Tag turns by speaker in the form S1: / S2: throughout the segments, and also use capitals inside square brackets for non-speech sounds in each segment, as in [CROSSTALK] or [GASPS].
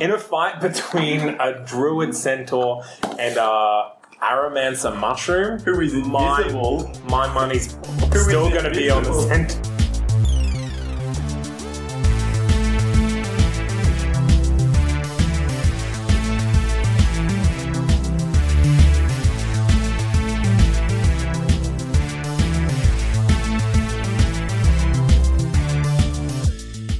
S1: In a fight between a druid centaur and a Aramancer mushroom, who is invisible, my, my money's still going to be on the centaur.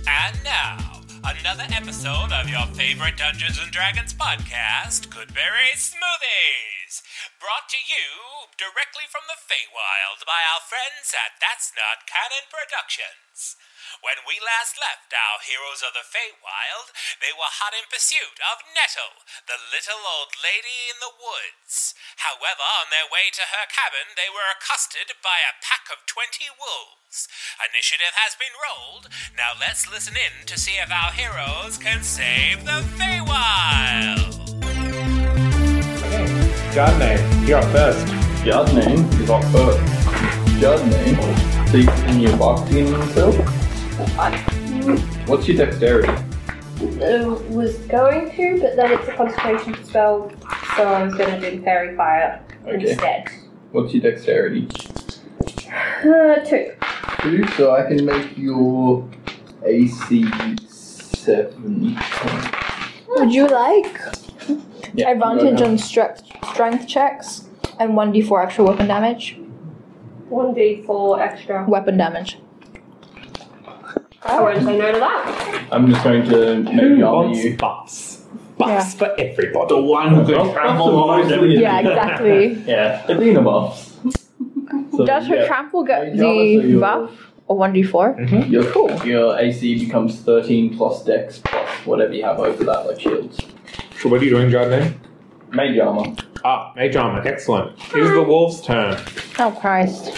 S2: And now, another episode of your favorite Dungeons and Dragons podcast, Goodberry Smoothies, brought to you directly from the Feywild by our friends at That's Not Canon Productions. When we last left our heroes of the Feywild, they were hot in pursuit of Nettle, the little old lady in the woods. However, on their way to her cabin, they were accosted by a pack of twenty wolves. Initiative has been rolled. Now let's listen in to see if our heroes can save the Feywild.
S1: Chardonnay, you're up first.
S3: Yard name is up first. Yard name. So you can your boxing yourself? What's your dexterity?
S4: Uh, was going to, but then it's a concentration spell, so I was going to do fairy fire
S3: Okay.
S4: instead.
S3: What's your dexterity?
S4: Uh, two.
S3: Two, so I can make your AC seven.
S5: Would you like
S3: Yeah,
S5: advantage
S3: go
S5: on strength, strength checks and 1d4 extra weapon damage?
S4: One d four extra.
S5: Weapon damage.
S1: Oh,
S4: I won't say no to that.
S3: ahead. I'm just going to make it on you.
S1: bus?
S5: Bus
S1: for everybody.
S6: The one who
S3: Well,
S6: could trample
S3: that's a
S6: on
S3: mostly-
S6: it.
S5: Yeah, exactly.
S3: Yeah, Athena buffs. So,
S5: Does her
S3: yeah,
S5: trample get
S3: Yeah, so
S5: the
S3: you're-
S5: buff or 1d4?
S3: Your, your AC becomes 13 plus dex plus whatever you have over that, like shields.
S1: So what are you doing, Chardonnay?
S3: Mage armor.
S1: Ah, mage armor. Excellent. It is the wolf's turn.
S5: Oh, Christ.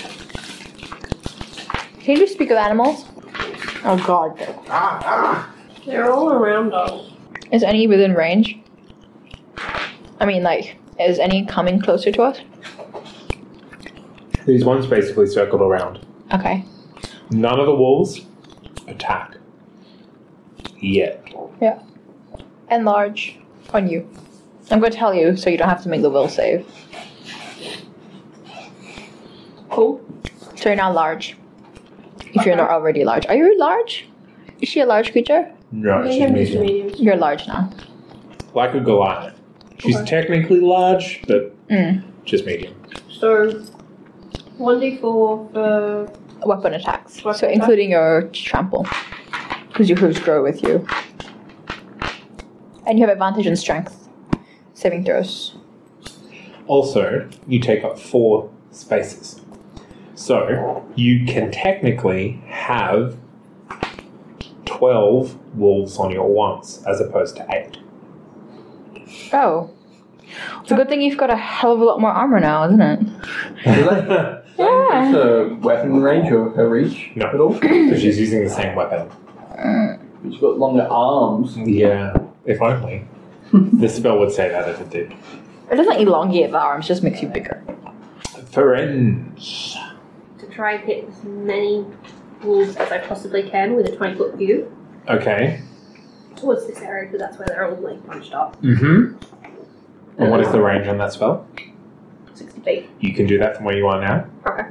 S5: Can you speak of animals? Oh, God.
S4: They're all around us.
S5: Is any within range? I mean, like, is any coming closer to us?
S1: These ones basically circled around.
S5: Okay.
S1: None of the wolves attack. Yet.
S5: Yeah. Enlarge on you. I'm going to tell you so you don't have to make the will save.
S4: Cool.
S5: So you're now large. If you're not already large. Are you large? Is she a large creature?
S1: No, she's
S4: Medium to
S1: medium.
S4: medium.
S5: You're large now.
S1: Like a Goliath. She's technically large, but just medium.
S4: So one d four for
S5: Weapon attacks.
S4: Weapon
S5: so
S4: attack.
S5: including your trample. Because your hooves grow with you. And you have advantage in strength. Saving throws.
S1: Also, you take up four spaces. So, you can technically have 12 wolves on you at once, as opposed to 8.
S5: Oh. It's a good thing you've got a hell of a lot more armor now, isn't it?
S1: [LAUGHS]
S3: It's a weapon range or her reach
S1: No.
S3: at all.
S1: So she's using the same weapon.
S3: She's got longer arms.
S1: Yeah, if only. the spell would say that if it did.
S5: It doesn't elongate the arms, just makes you bigger.
S1: Friends.
S4: to try and hit as many wolves as I possibly can with a twenty foot view
S1: Okay.
S4: towards this area because that's where they're all like bunched up.
S1: Mm-hmm. And what is the range on that spell?
S4: Sixty feet.
S1: You can do that from where you are now.
S4: Okay.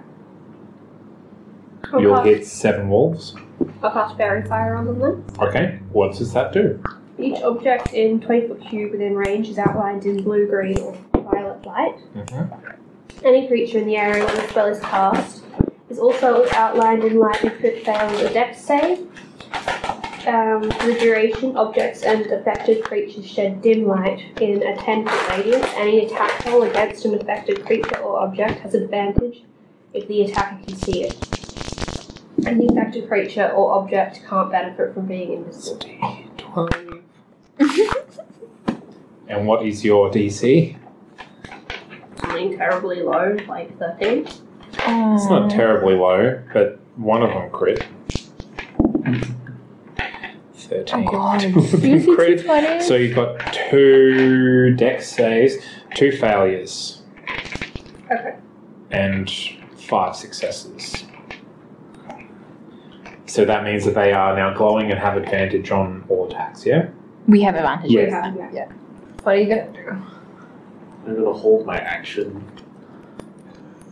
S1: You'll
S4: I'll
S1: hit seven wolves.
S4: cast- I'll cast fairy fire on them then.
S1: Okay. What does that do?
S4: Each object in 20 foot cube within range is outlined in blue, green, or violet light.
S1: Mm-hmm.
S4: Any creature in the area when the spell is cast is also outlined in light if it fails a dex save. Um, for the duration, objects and affected creatures shed dim light in a 10 foot radius. Any attack roll against an affected creature or object has advantage if the attacker can see it. Any affected creature or object can't benefit from being invisible.
S1: And what is your DC?
S4: Something terribly low, like 13.
S5: Oh.
S1: It's not terribly low, but one of them crit. 13. [LAUGHS] crit. So you've got two dex saves, two failures,
S4: Okay.
S1: and five successes. So that means that they are now glowing and have advantage on all attacks, yeah?
S5: We have advantages.
S1: Yeah.
S4: Yeah.
S5: What are you gonna do?
S7: I'm gonna hold my action.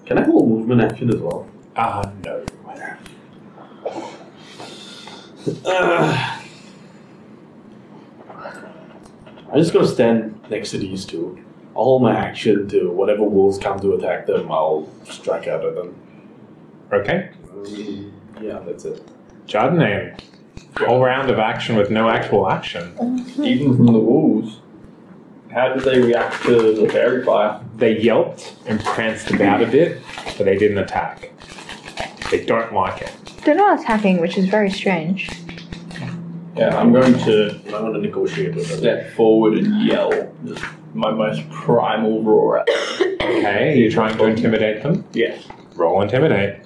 S7: Can I hold movement action as well?
S1: Ah, no.
S7: Ugh. I'm just gonna stand next to these two. I'll hold my action to whatever wolves come to attack them, I'll strike out at them.
S1: Okay.
S7: Mm, Yeah, that's it.
S1: Jardinane. Whole round of action with no actual action.
S3: Even from the wolves. How did they react to the fairy fire?
S1: They yelped and pranced about a bit, but they didn't attack. They don't like it.
S5: They're not attacking, which is very strange.
S3: Yeah, I'm going to
S7: I'm gonna negotiate with them.
S3: step forward and yell just my most primal roar at them.
S1: Okay, you're trying to intimidate them?
S3: Yeah.
S1: Roll intimidate.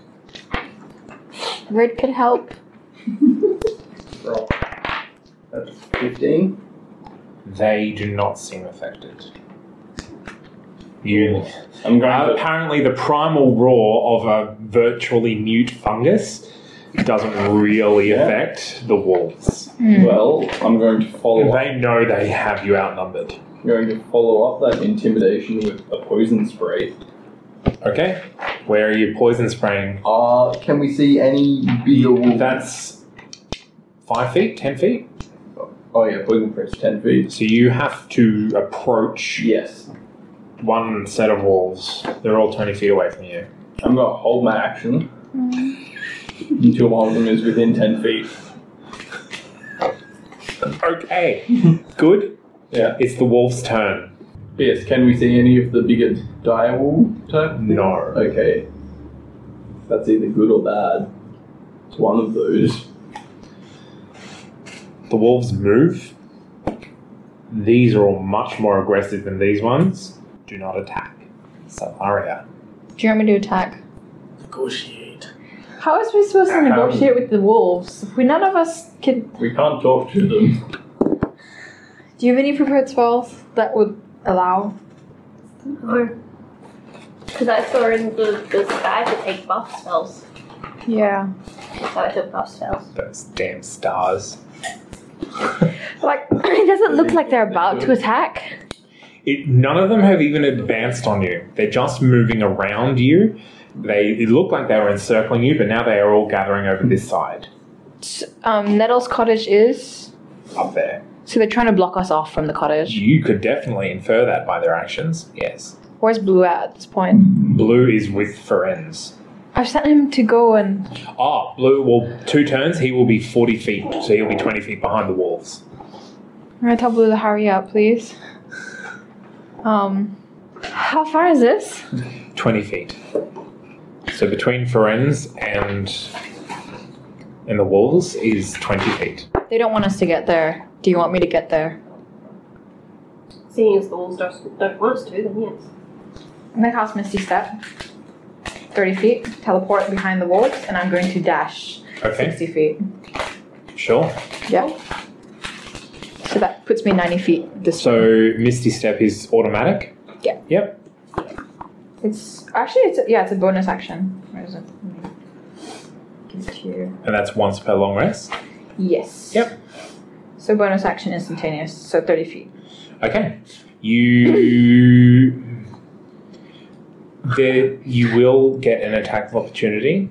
S5: Red could help.
S3: Roll. That's 15.
S1: They do not seem affected. You.
S3: I'm going
S1: Uh,
S3: to
S1: apparently, the primal roar of a virtually mute fungus doesn't really
S3: Yeah.
S1: affect the wolves.
S3: Well, I'm going to follow up.
S1: They know they have you outnumbered.
S3: I'm going to follow up that intimidation with a poison spray.
S1: Okay, where are you poison spraying?
S3: Uh, can we see any bigger wolves?
S1: That's five feet, ten feet.
S3: oh yeah, poison spray's 10 feet.
S1: So you have to approach
S3: Yes.
S1: one set of wolves. They're all twenty feet away from you.
S3: I'm going to hold my action until one of them is within 10 feet.
S1: Okay, good.
S3: Yeah.
S1: It's the wolf's turn.
S3: Yes, can we see any of the bigger dire wolf type?
S1: No.
S3: Okay. That's either good or bad. It's one of those.
S1: The wolves move. These are all much more aggressive than these ones. Do not attack. Salaria.
S5: Do you want me to attack?
S7: Negotiate.
S8: How are we supposed to negotiate with the wolves? We none of us can.
S3: We can't talk to them.
S8: Do you have any prepared spells that would allow?
S4: Because I saw in the, the sky to take buff spells.
S8: Yeah.
S4: So I took buff spells.
S1: Those damn stars.
S5: Like, [COUGHS] it doesn't look like they're about to attack.
S1: It, none of them have even advanced on you. They're just moving around you. They it looked like they were encircling you, but now they are all gathering over this side
S5: Um, Nettle's cottage is.
S1: up there.
S5: So they're trying to block us off from the cottage.
S1: You could definitely infer that by their actions. Yes.
S5: Where's Blue at, at this point?
S1: Blue is with Ferenz.
S5: I've sent him to go and.
S1: Ah, Blue will two turns. He will be forty feet, so he'll be twenty feet behind the wolves.
S5: I'm gonna tell Blue to hurry up, please. Um, how far is this?
S1: Twenty feet. So between Ferenz and and the wolves is twenty feet.
S5: They don't want us to get there. Do you want me to get there?
S4: Seeing as the walls don't, don't want us to, then yes.
S8: I'm gonna cast Misty Step. 30 feet, teleport behind the wolves, and I'm going to dash
S1: Okay,
S8: 60 feet.
S1: sure.
S5: Yeah. So that puts me 90 feet this way.
S1: So Misty Step is automatic.
S5: Yeah.
S1: Yep.
S8: It's actually, it's a, yeah, it's a bonus action. Where is it? Give it to you.
S1: And that's once per long rest.
S8: Yes.
S1: Yep.
S8: So bonus action instantaneous, so 30 feet.
S1: Okay. You. there, you will get an attack of opportunity.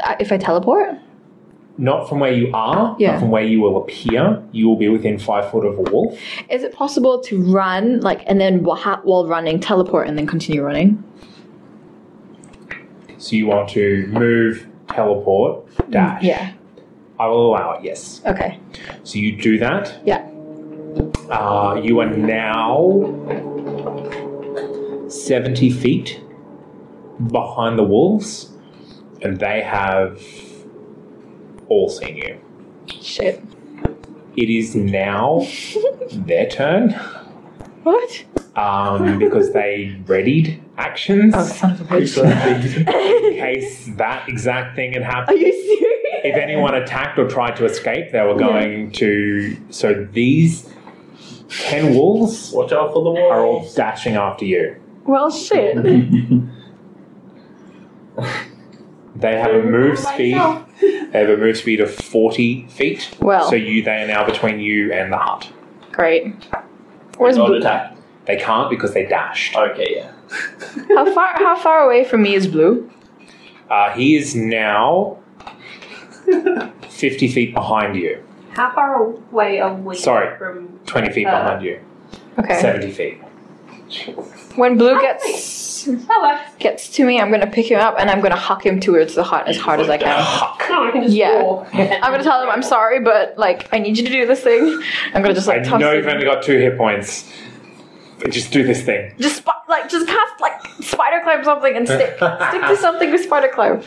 S5: Uh, If I teleport?
S1: Not from where you are, but
S5: Yeah.
S1: from where you will appear. You will be within five foot of a wolf.
S5: Is it possible to run, like, and then wha- ha- while running, teleport and then continue running?
S1: So you want to move, teleport, dash.
S5: Yeah.
S1: I will allow it, yes.
S5: Okay.
S1: So you do that.
S5: Yeah.
S1: Uh, you are now 70 feet behind the wolves, and they have all seen you.
S5: Shit.
S1: It is
S5: [LAUGHS]
S1: now their turn
S5: What?
S1: um, because they readied actions
S5: Oh, son of a bitch.
S1: in case that exact thing had
S5: [LAUGHS]
S1: happened.
S5: Are you serious?
S1: if anyone attacked or tried to escape, they were going to. So these ten wolves
S9: Watch out for the
S1: are
S9: wall.
S1: all dashing after you.
S5: Well,
S1: [LAUGHS]
S5: shit.
S1: They have a move speed. [LAUGHS] They have a move speed of forty feet.
S5: Well.
S1: so you they are now between you and the hut.
S5: Great. Where's
S3: Not
S5: blue?
S3: attack.
S1: They can't because they dashed.
S3: Okay, yeah.
S5: How far? How far away from me is blue?
S1: Uh, he is now fifty feet behind you.
S4: How far away are we
S1: Sorry.
S4: from?
S1: Twenty feet
S4: Uh,
S1: behind you.
S5: Okay.
S1: Seventy feet.
S5: When blue gets
S4: That works.
S5: gets to me, I'm gonna pick him up and I'm gonna huck him towards the hut as hard as I can.
S1: [LAUGHS]
S4: No, I can just
S5: Yeah.
S4: walk.
S5: I'm gonna tell him I'm sorry, but like I need you to do this thing. I'm gonna just like
S1: I
S5: toss
S1: know
S5: him.
S1: you've only got two hit points. But just do this thing.
S5: just spi- like just cast like spider climb something and stick stick to something with spider climb,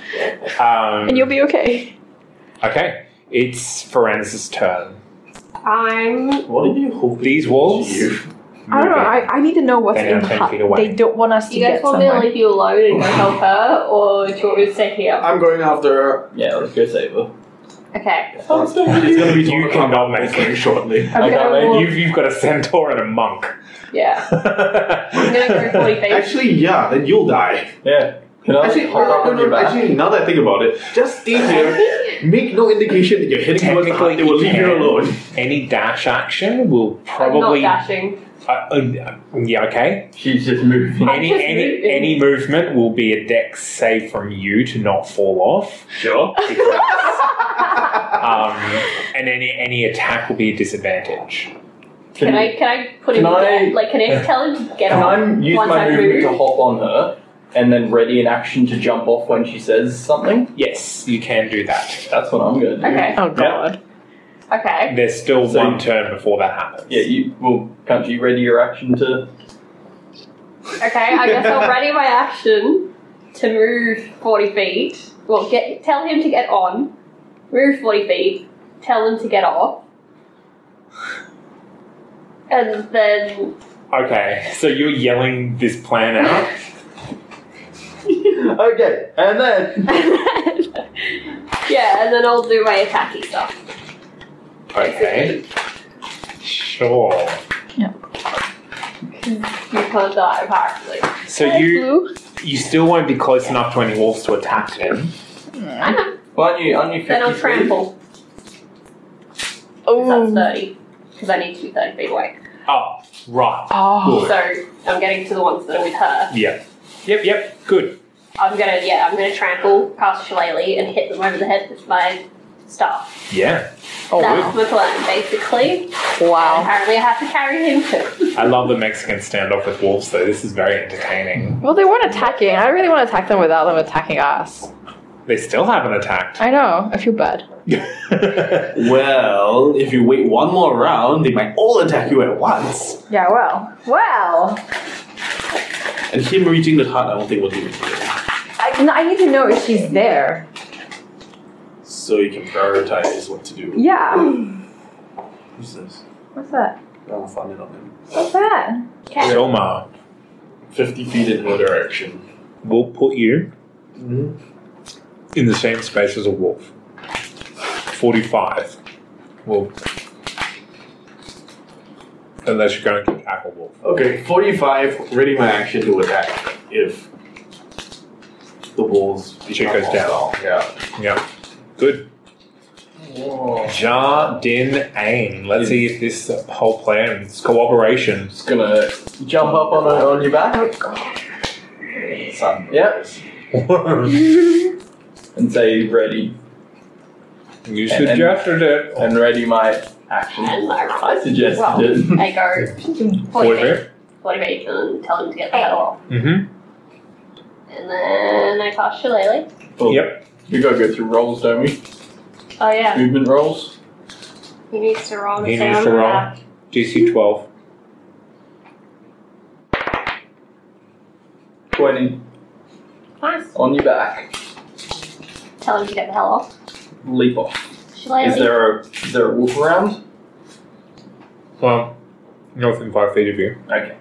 S1: Um,
S5: and you'll be okay.
S1: Okay, it's Ferenza's turn.
S4: I'm.
S9: What are you hoping?
S1: These wolves.
S9: You.
S5: I don't know.
S1: moving.
S5: I, I need to know what's
S1: They're now
S5: in the
S1: 10
S5: hut.
S1: feet away.
S5: They don't want us to
S4: Do you guys
S5: get
S4: want me to
S5: somewhere.
S4: leave you alone and go help her, or do you want me to stay here?
S10: I'm going after.
S3: Yeah, let's go save her.
S4: Okay.
S9: It's gonna be
S1: You
S9: talking
S1: cannot
S9: about
S1: make
S9: wrestling
S1: it.
S9: shortly.
S10: [LAUGHS]
S4: I'm
S3: Okay,
S4: gonna
S3: mate,
S4: walk.
S1: You've, you've got a centaur and a monk.
S4: Yeah. I'm gonna go 40 feet.
S10: Actually, yeah, then you'll die.
S3: Yeah. Can I
S10: Actually,
S3: hold up
S10: no,
S3: on
S10: no,
S3: your
S10: no,
S3: back?
S10: actually, now that I think about it, just stay [LAUGHS] here. Make no indication that you're hitting towards the
S1: Technically,
S10: heart. They will
S1: you
S10: leave you
S1: can.
S10: [LAUGHS] alone.
S1: Any dash action will
S4: I'm
S1: probably.
S4: not dashing.
S1: Uh, uh, yeah, okay.
S3: She's just moving.
S4: I'm
S1: Any
S4: just
S1: any
S4: moving.
S1: any movement will be a dex save from you to not fall off.
S10: [LAUGHS]
S3: Sure.
S1: Um, and any any attack will be a disadvantage.
S4: Can I? Can I put him?
S3: Can I-
S4: down? Like, can I tell him to get
S3: Can
S4: on?
S3: I use
S4: once
S3: my
S4: I
S3: movement
S4: move?
S3: to hop on her and then ready in action to jump off when she says something?
S1: Yes, you can do that.
S3: That's what I'm gonna do.
S4: Okay.
S5: Oh god.
S4: Okay.
S1: There's still
S3: So-
S1: one turn before that happens.
S3: Yeah, you well, can't you ready your action to
S4: Okay. I guess I'll ready my action to move 40 feet. Well, get tell him to get on. Move 40 feet. Tell him to get off. And then
S1: Okay, so you're yelling this plan out.
S3: Okay, and then
S4: yeah, and then I'll do my attacky stuff.
S1: Okay. Sure.
S4: You can't die apparently.
S1: So you you still won't be close enough to any wolves to attack them.
S3: well, aren't you aren't you
S4: Then I'll
S3: 53?
S4: trample. 'cause
S5: Mm.
S4: That's 30. Because I need to be 30 feet away.
S1: Oh, right.
S5: Oh.
S4: So I'm getting to the ones that are with her.
S1: Yep. Yep, yep. Good.
S4: I'm gonna, yeah, I'm gonna trample past Shillelagh and hit them over the head with my staff.
S1: Yeah.
S4: That's my plan, basically.
S5: Wow.
S4: Apparently, I have to carry him too.
S1: I love the Mexican standoff with wolves, though. This is very entertaining.
S5: Well, they weren't attacking. I really want to attack them without them attacking us.
S1: They still haven't attacked.
S5: I know. I feel bad.
S10: [LAUGHS] Well, if you wait one more round, they might all attack you at once.
S11: Yeah, well. Well!
S10: And him reaching the heart, I don't think will do it.
S11: I, no, I need to know if she's there.
S10: So you can prioritize what to do.
S11: Yeah.
S10: Who's this?
S11: What's that?
S10: I'll find it on him.
S11: What's that?
S1: Joma,
S10: 50 feet in her direction.
S1: we'll put you in the same space as a wolf. 45. Well, unless you're going to attack a wolf.
S10: Okay, 45, ready my action to attack if the wolves
S1: She
S10: become
S1: goes down.
S10: hostile. Yeah.
S1: Yeah. Good. Jardin Aim. Let's see if this whole plan is cooperation.
S3: Just gonna jump up on her on your back.
S10: Sun.
S3: Yep.
S1: you
S3: And say ready
S1: suggested it.
S3: and ready my action. I suggested it.
S4: I
S1: [LAUGHS]
S4: go 40 feet, 40 feet, and tell him to get the hell off.
S1: Mm-hmm.
S4: And then I pass Shillelagh.
S3: [LAUGHS] Well,
S1: Yep.
S3: We gotta go through rolls, don't we?
S4: Oh, yeah.
S3: Movement rolls.
S4: He needs to roll.
S1: He
S4: so
S1: needs
S4: I'm
S1: to
S4: gonna-
S1: roll. DC 12.
S3: Twenty
S4: Nice.
S3: on your back.
S4: Tell him to get the hell off.
S3: Leap off.
S4: Shall I
S3: Is
S4: leave?
S3: there a is there a wolf around?
S1: Well, you're within five feet of you.
S3: Okay.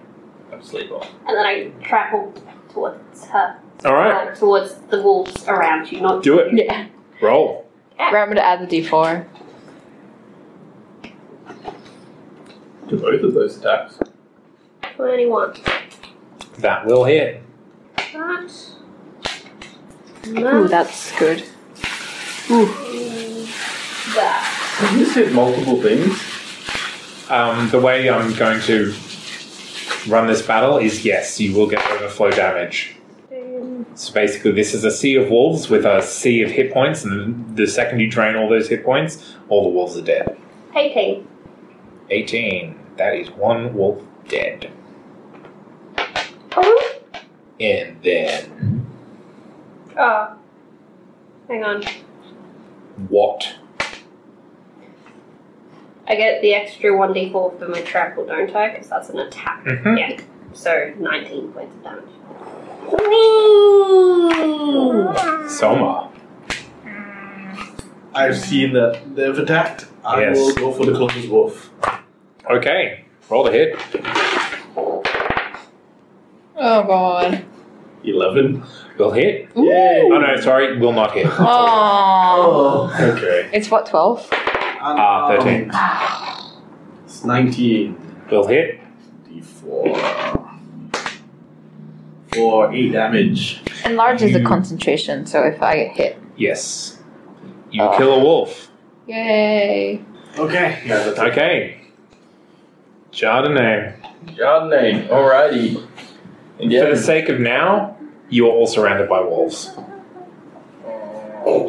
S3: I'm sleep off.
S4: And then I travel towards her.
S1: All right,
S4: Like, towards the wolves around you, not
S1: do it.
S5: Yeah.
S1: Roll.
S5: Remember to add the d4.
S3: To both of those attacks.
S4: 21.
S1: That will hit.
S4: That.
S5: Ooh,
S4: That.
S5: that's good.
S4: that.
S3: Can you hit multiple things?
S1: Um, the way I'm going to run this battle is yes, you will get overflow damage. So basically, this is a sea of wolves with a sea of hit points, and the second you drain all those hit points, all the wolves are dead.
S4: 18.
S1: 18. That is one wolf dead.
S4: Oh.
S1: And then
S4: Oh. Hang on.
S1: what?
S4: I get the extra 1d4 for my travel, don't I? Because that's an attack.
S3: Mm-hmm.
S1: Mhm.
S4: Yeah. So 19 points of damage.
S1: Soma.
S10: I've seen that they've attacked. I
S1: Yes.
S10: will go for the closest wolf.
S1: Okay, roll the hit.
S5: Oh god.
S10: Eleven.
S1: Will hit.
S10: Yay!
S1: Oh no, sorry, will not hit.
S5: Oh.
S3: [LAUGHS]
S10: Oh, okay.
S5: It's what, 12?
S1: Ah, 13.
S10: It's nineteen.
S1: Will hit.
S10: D4. For 8 damage.
S5: And large is a
S1: You-
S5: concentration, so if I get hit.
S1: Yes. You
S5: Oh.
S1: kill a wolf.
S5: Yay.
S10: Okay. Yeah, that's
S1: Okay. Chardonnay.
S3: Chardonnay, alrighty. And
S1: For
S3: yeah,
S1: the sake of now, you are all surrounded by wolves.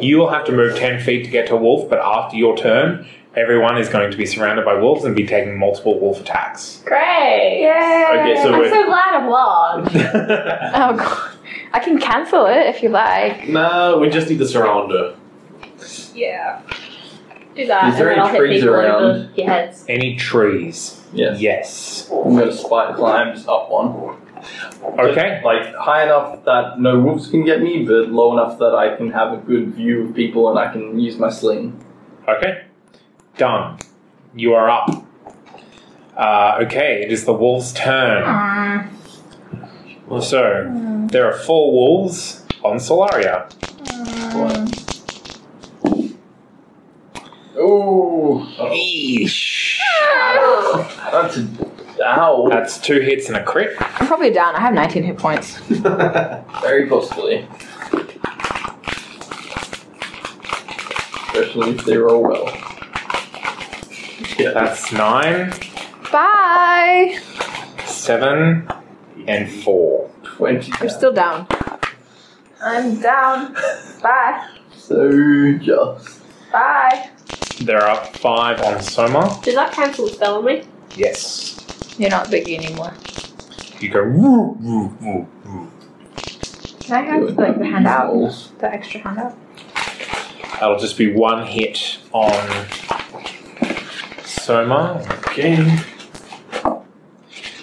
S1: You will have to move 10 feet to get to a wolf, but after your turn, everyone is going to be surrounded by wolves and be taking multiple wolf attacks.
S4: Great!
S3: Okay, so
S4: I'm
S3: wait.
S4: so glad I'm large.
S5: [LAUGHS] Oh god. I can cancel it if you like.
S10: No, we just need to surround her.
S4: yeah. Do that,
S3: Is there
S4: and then
S3: any
S4: I'll hit
S3: trees
S4: people
S3: around?
S4: over your heads.
S1: Any trees?
S3: Yes.
S1: Yes.
S3: I'm gonna spike climbs up one.
S1: Okay.
S3: Just, like high enough that no wolves can get me, but low enough that I can have a good view of people and I can use my sling.
S1: Okay. Done. You are up. Uh, okay, it is the wolves' turn. So, there are four wolves on Solaria.
S3: Oh, that's a ow.
S1: That's two hits and a crit.
S5: I'm probably down. I have 19 hit points.
S3: Very possibly. Especially if they roll well. Yeah.
S1: That's nine,
S5: Bye.
S1: seven, and four.
S3: 20.
S5: I'm still down.
S12: I'm down. Bye.
S3: So just.
S12: Bye.
S1: There are five on Soma.
S4: Does that cancel the spell on me?
S1: Yes.
S5: You're not biggie anymore.
S1: You go woo, woo, woo, woo.
S12: Can I have like the handout?
S3: Rolls.
S12: The extra handout?
S1: That'll just be one hit on Soma
S10: Okay.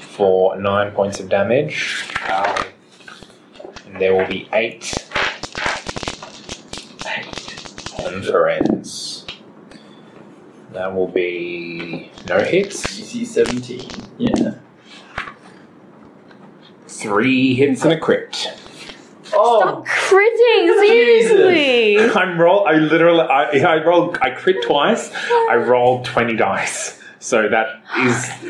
S1: for nine points of damage. And there will be eight. Eight on Ferenz. That will be no hits.
S3: DC 17. Yeah.
S1: Three hits and a crit.
S3: Oh!
S5: Critting,
S3: Jesus.
S5: seriously. [GASPS]
S1: I'm roll. I literally. I, I rolled. I crit twice. I rolled twenty dice, so that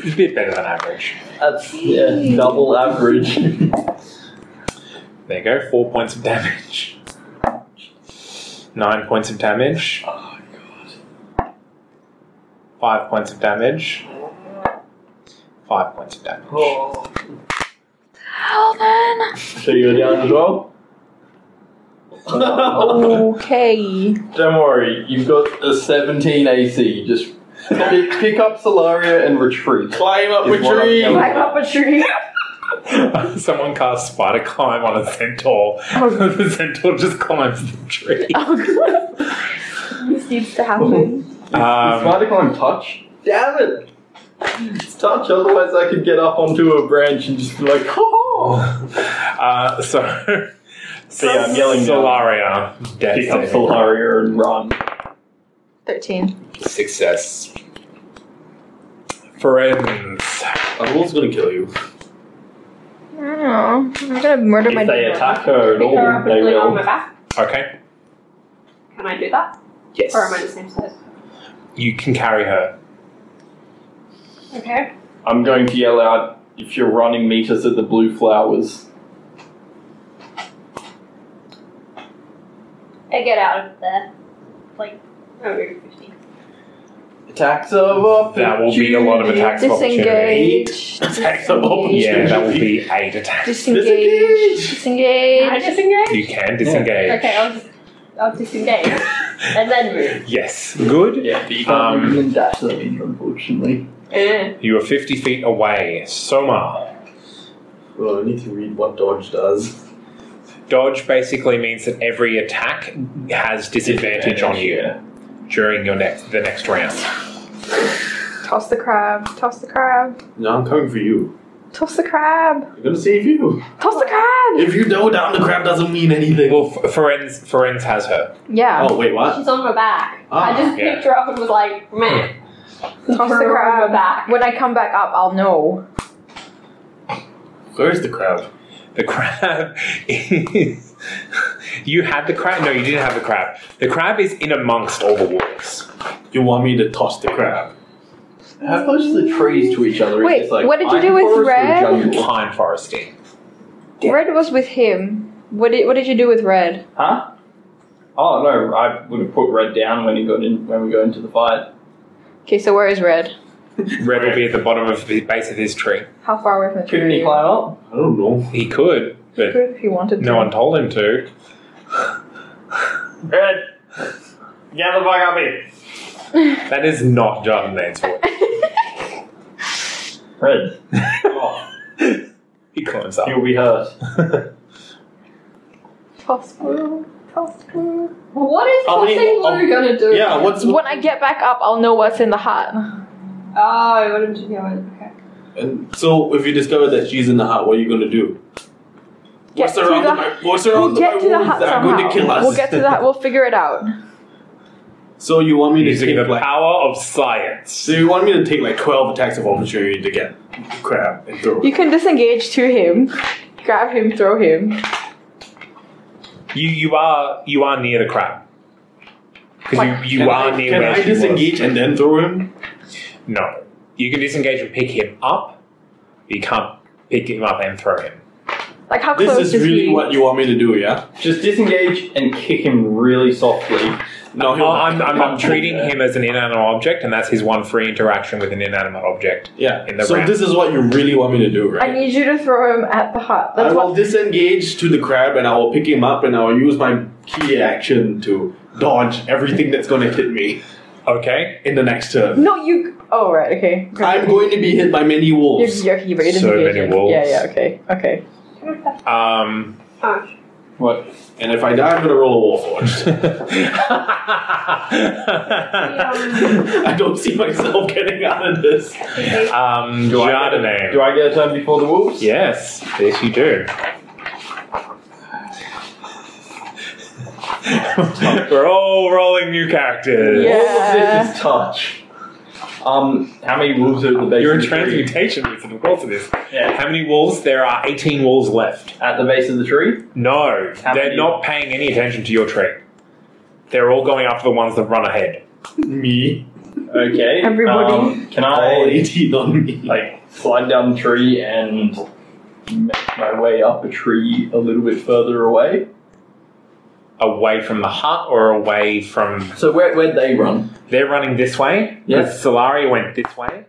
S1: is a bit better than average.
S3: That's yeah, double average. [LAUGHS]
S1: There you go. Four points of damage. Nine points of damage.
S3: oh,
S1: Five points of damage. Five points of damage.
S3: God.
S5: Alvin.
S3: Oh. So you're down as [LAUGHS] well?
S5: Okay.
S3: Don't worry, you've got Oh. a 17 AC. Just pick, pick up Solaria and retreat.
S10: Climb
S3: Is
S10: up a
S3: one of
S10: tree!
S3: them-
S12: up a tree.
S1: [LAUGHS]
S12: [LAUGHS]
S1: Someone cast spider climb on a centaur.
S3: Oh.
S1: [LAUGHS] the centaur just climbs
S3: [LAUGHS]
S1: the tree.
S5: [LAUGHS]
S12: this needs to happen.
S3: Is
S1: Um,
S3: Spider Climb touch? Damn it! It's touch, otherwise I could get up onto a branch and just be like, oh!
S1: uh, so.
S3: So yeah, I'm yelling now.
S1: Solaria. Death
S3: Pick up
S1: saving.
S3: Solaria and run.
S5: Thirteen.
S1: Success. Friends.
S3: A wolf's gonna kill you.
S5: I don't know. I'm gonna murder my
S10: If they
S5: demon.
S10: attack her at
S13: Pick her
S10: all,
S13: up
S10: they
S13: and lay on
S10: will.
S13: my back.
S1: Okay.
S13: Can I do that?
S1: Yes.
S13: Or am I the same size?
S1: You can carry her.
S13: Okay.
S10: I'm going to yell out if you're running, meet us at the blue flowers.
S4: I get out of there. Like, over 50.
S10: Attacks of opportunity.
S1: That will be a lot of attacks of opportunity.
S5: Disengage.
S10: Attacks of opportunity.
S1: Yeah, that will be eight [LAUGHS] attacks.
S5: Disengage. Disengage.
S13: Can I disengage?
S1: You can disengage.
S13: Okay, I'll just I'll
S3: [LAUGHS]
S13: disengage and then move.
S1: Yes. Good.
S10: Yeah, but
S1: Um,
S10: you can't move and dash them in, unfortunately.
S13: Eh.
S1: You are 50 feet away. Soma.
S3: Well, I need to read what dodge does.
S1: Dodge basically means that every attack has disadvantage on you during your next the next round.
S5: Toss the crab. Toss the crab.
S3: No, I'm coming for you.
S5: Toss the crab.
S3: I'm gonna save you.
S5: Toss the crab.
S3: If you know down, the crab doesn't mean anything.
S10: Oh,
S1: Well, F- Ferenz, Ferenz has her.
S5: Yeah.
S3: Oh, wait, what?
S13: She's on my back.
S3: Ah,
S13: I just
S1: yeah.
S13: picked her up and was like, meh.
S5: Toss the
S13: Put her on
S5: crab.
S13: my back.
S5: When I come back up, I'll know.
S3: Where's the crab?
S1: The crab is. [LAUGHS] You had the crab? No, you didn't have the crab. The crab is in amongst all the wolves.
S3: You want me to toss the crab?
S10: How close are the trees to each other? Is
S5: Wait,
S10: this like
S5: what did you
S10: pine
S5: do with
S10: forest or
S5: red?
S10: jungle?
S1: Pine foresting.
S5: Red was with him. What did What did you do with red?
S10: Huh? Oh no, I would have put red down when he got in when we got into the fight.
S5: Okay, so where is red?
S1: Red will be at the bottom of the base of his tree.
S5: How far away from the tree?
S10: Couldn't he
S5: are
S10: climb up?
S3: I don't know.
S1: He could,
S5: you?
S1: but
S5: If he wanted to.
S1: no one told him to.
S10: Red, get the fuck up here.
S1: That is not
S3: [LAUGHS]
S1: Jardinaine's voice.
S10: Red, oh,
S3: [LAUGHS]
S1: He climbs up.
S10: you'll be hurt.
S5: Toss blue. Toss blue.
S13: What is
S3: How many-
S13: Tossing Blue
S3: oh,
S13: gonna do?
S3: Yeah, what's
S5: When I get back up, I'll know what's in the hut.
S13: Oh, I wanted to know it. Okay.
S3: And so, if you discover that she's in the hut, what are you going to do?
S5: Get
S3: what's
S5: to
S3: around
S5: the-
S3: the, my, what's
S5: We'll
S3: around
S5: get to
S3: the, my
S5: the
S3: wounds
S5: hut
S3: that are
S5: somehow.
S3: going to kill us?
S5: We'll get to the hut. We'll figure it out.
S3: [LAUGHS] So you want me to
S1: Using the
S3: take like,
S1: power of science.
S3: so you want me to take like twelve attacks of opportunity to get crab and throw
S5: You
S3: it?
S5: can disengage to him, grab him, throw him.
S1: You you are you are near the crab. Because you, you
S3: Can
S1: are
S3: I,
S1: near
S3: Can
S1: where
S3: I
S1: she was.
S3: disengage and then throw him?
S1: No. You can disengage and pick him up. but You can't pick him up and throw him.
S5: Like how close
S3: This is really
S5: he?
S3: what you want me to do, yeah?
S10: Just disengage and kick him really softly.
S3: No, he'll
S1: Oh, I'm, I'm, I'm
S3: Yeah.
S1: treating him as an inanimate object, and that's his one free interaction with an inanimate object.
S3: Yeah.
S1: in the
S3: so
S1: round.
S3: this is what you really want me to do, right?
S5: I need you to throw him at the hut.
S3: I
S5: That's
S3: will
S5: what.
S3: disengage to the crab and I will pick him up and I will use my key action to dodge everything that's going to hit me
S1: Okay.
S3: in the next turn.
S5: No, you. Oh right, okay.
S3: I'm going to be hit by many
S5: You're,
S3: wolves.
S5: you're, you're
S1: So many
S5: disengaging.
S1: wolves.
S5: Yeah, yeah, okay, okay.
S3: [LAUGHS]
S1: Um,
S13: Oh,
S3: What? And if I die, I'm going to roll a warforged. [LAUGHS]
S13: Um,
S3: I don't see myself getting out of this.
S1: [LAUGHS] um,
S10: Do I, get a,
S1: Jardinane.
S10: do I get a turn before the wolves? [LAUGHS]
S1: Yes, yes, you do. We're all rolling new characters.
S5: Yeah.
S10: All of this is touch. Um, how many wolves are at the base
S1: You're
S10: of
S1: in
S10: the tree?
S1: transmutation wizard, of course it is.
S10: Yeah.
S1: How many wolves? There are 18 wolves left.
S10: At the base of the tree?
S1: No,
S10: How
S1: they're
S10: many?
S1: not paying any attention to your tree. They're all going after the ones that run ahead.
S3: Me.
S10: Okay.
S5: Everybody.
S10: Um, can
S3: All
S10: I
S3: 18 on me.
S10: like slide down the tree and make my way up a tree a little bit further away?
S1: Away from the hut or away from.
S10: So where where'd they run?
S1: They're running this way.
S10: Yeah.
S1: because Solari went this way.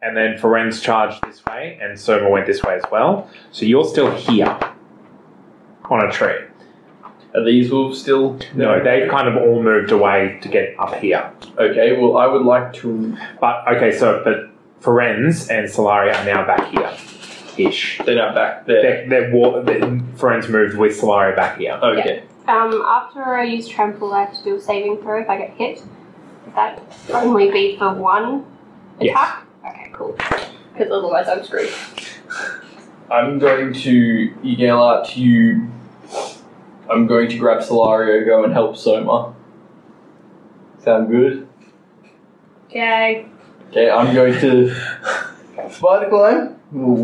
S1: And then Ferenz charged this way. And Soma went this way as well. So you're still here. On a tree.
S10: Are these wolves still?
S1: No, they've kind of all moved away to get up here.
S10: Okay. Well, I would like to.
S1: But, okay, so, but Ferenz and Solari are now back here. Ish.
S10: They're not back there.
S1: They're, they're, wa- they're, Ferenz moved with Solari back here.
S10: Okay.
S13: Um, after I use trample, I have to do a saving throw if I get hit. Would that only be for one
S1: Yes.
S13: attack? Okay, cool. Because otherwise I'm screwed.
S10: I'm going to yell out to you. I'm going to grab Solario, go and help Soma. Sound good?
S14: Okay.
S10: Okay, I'm going to spider climb.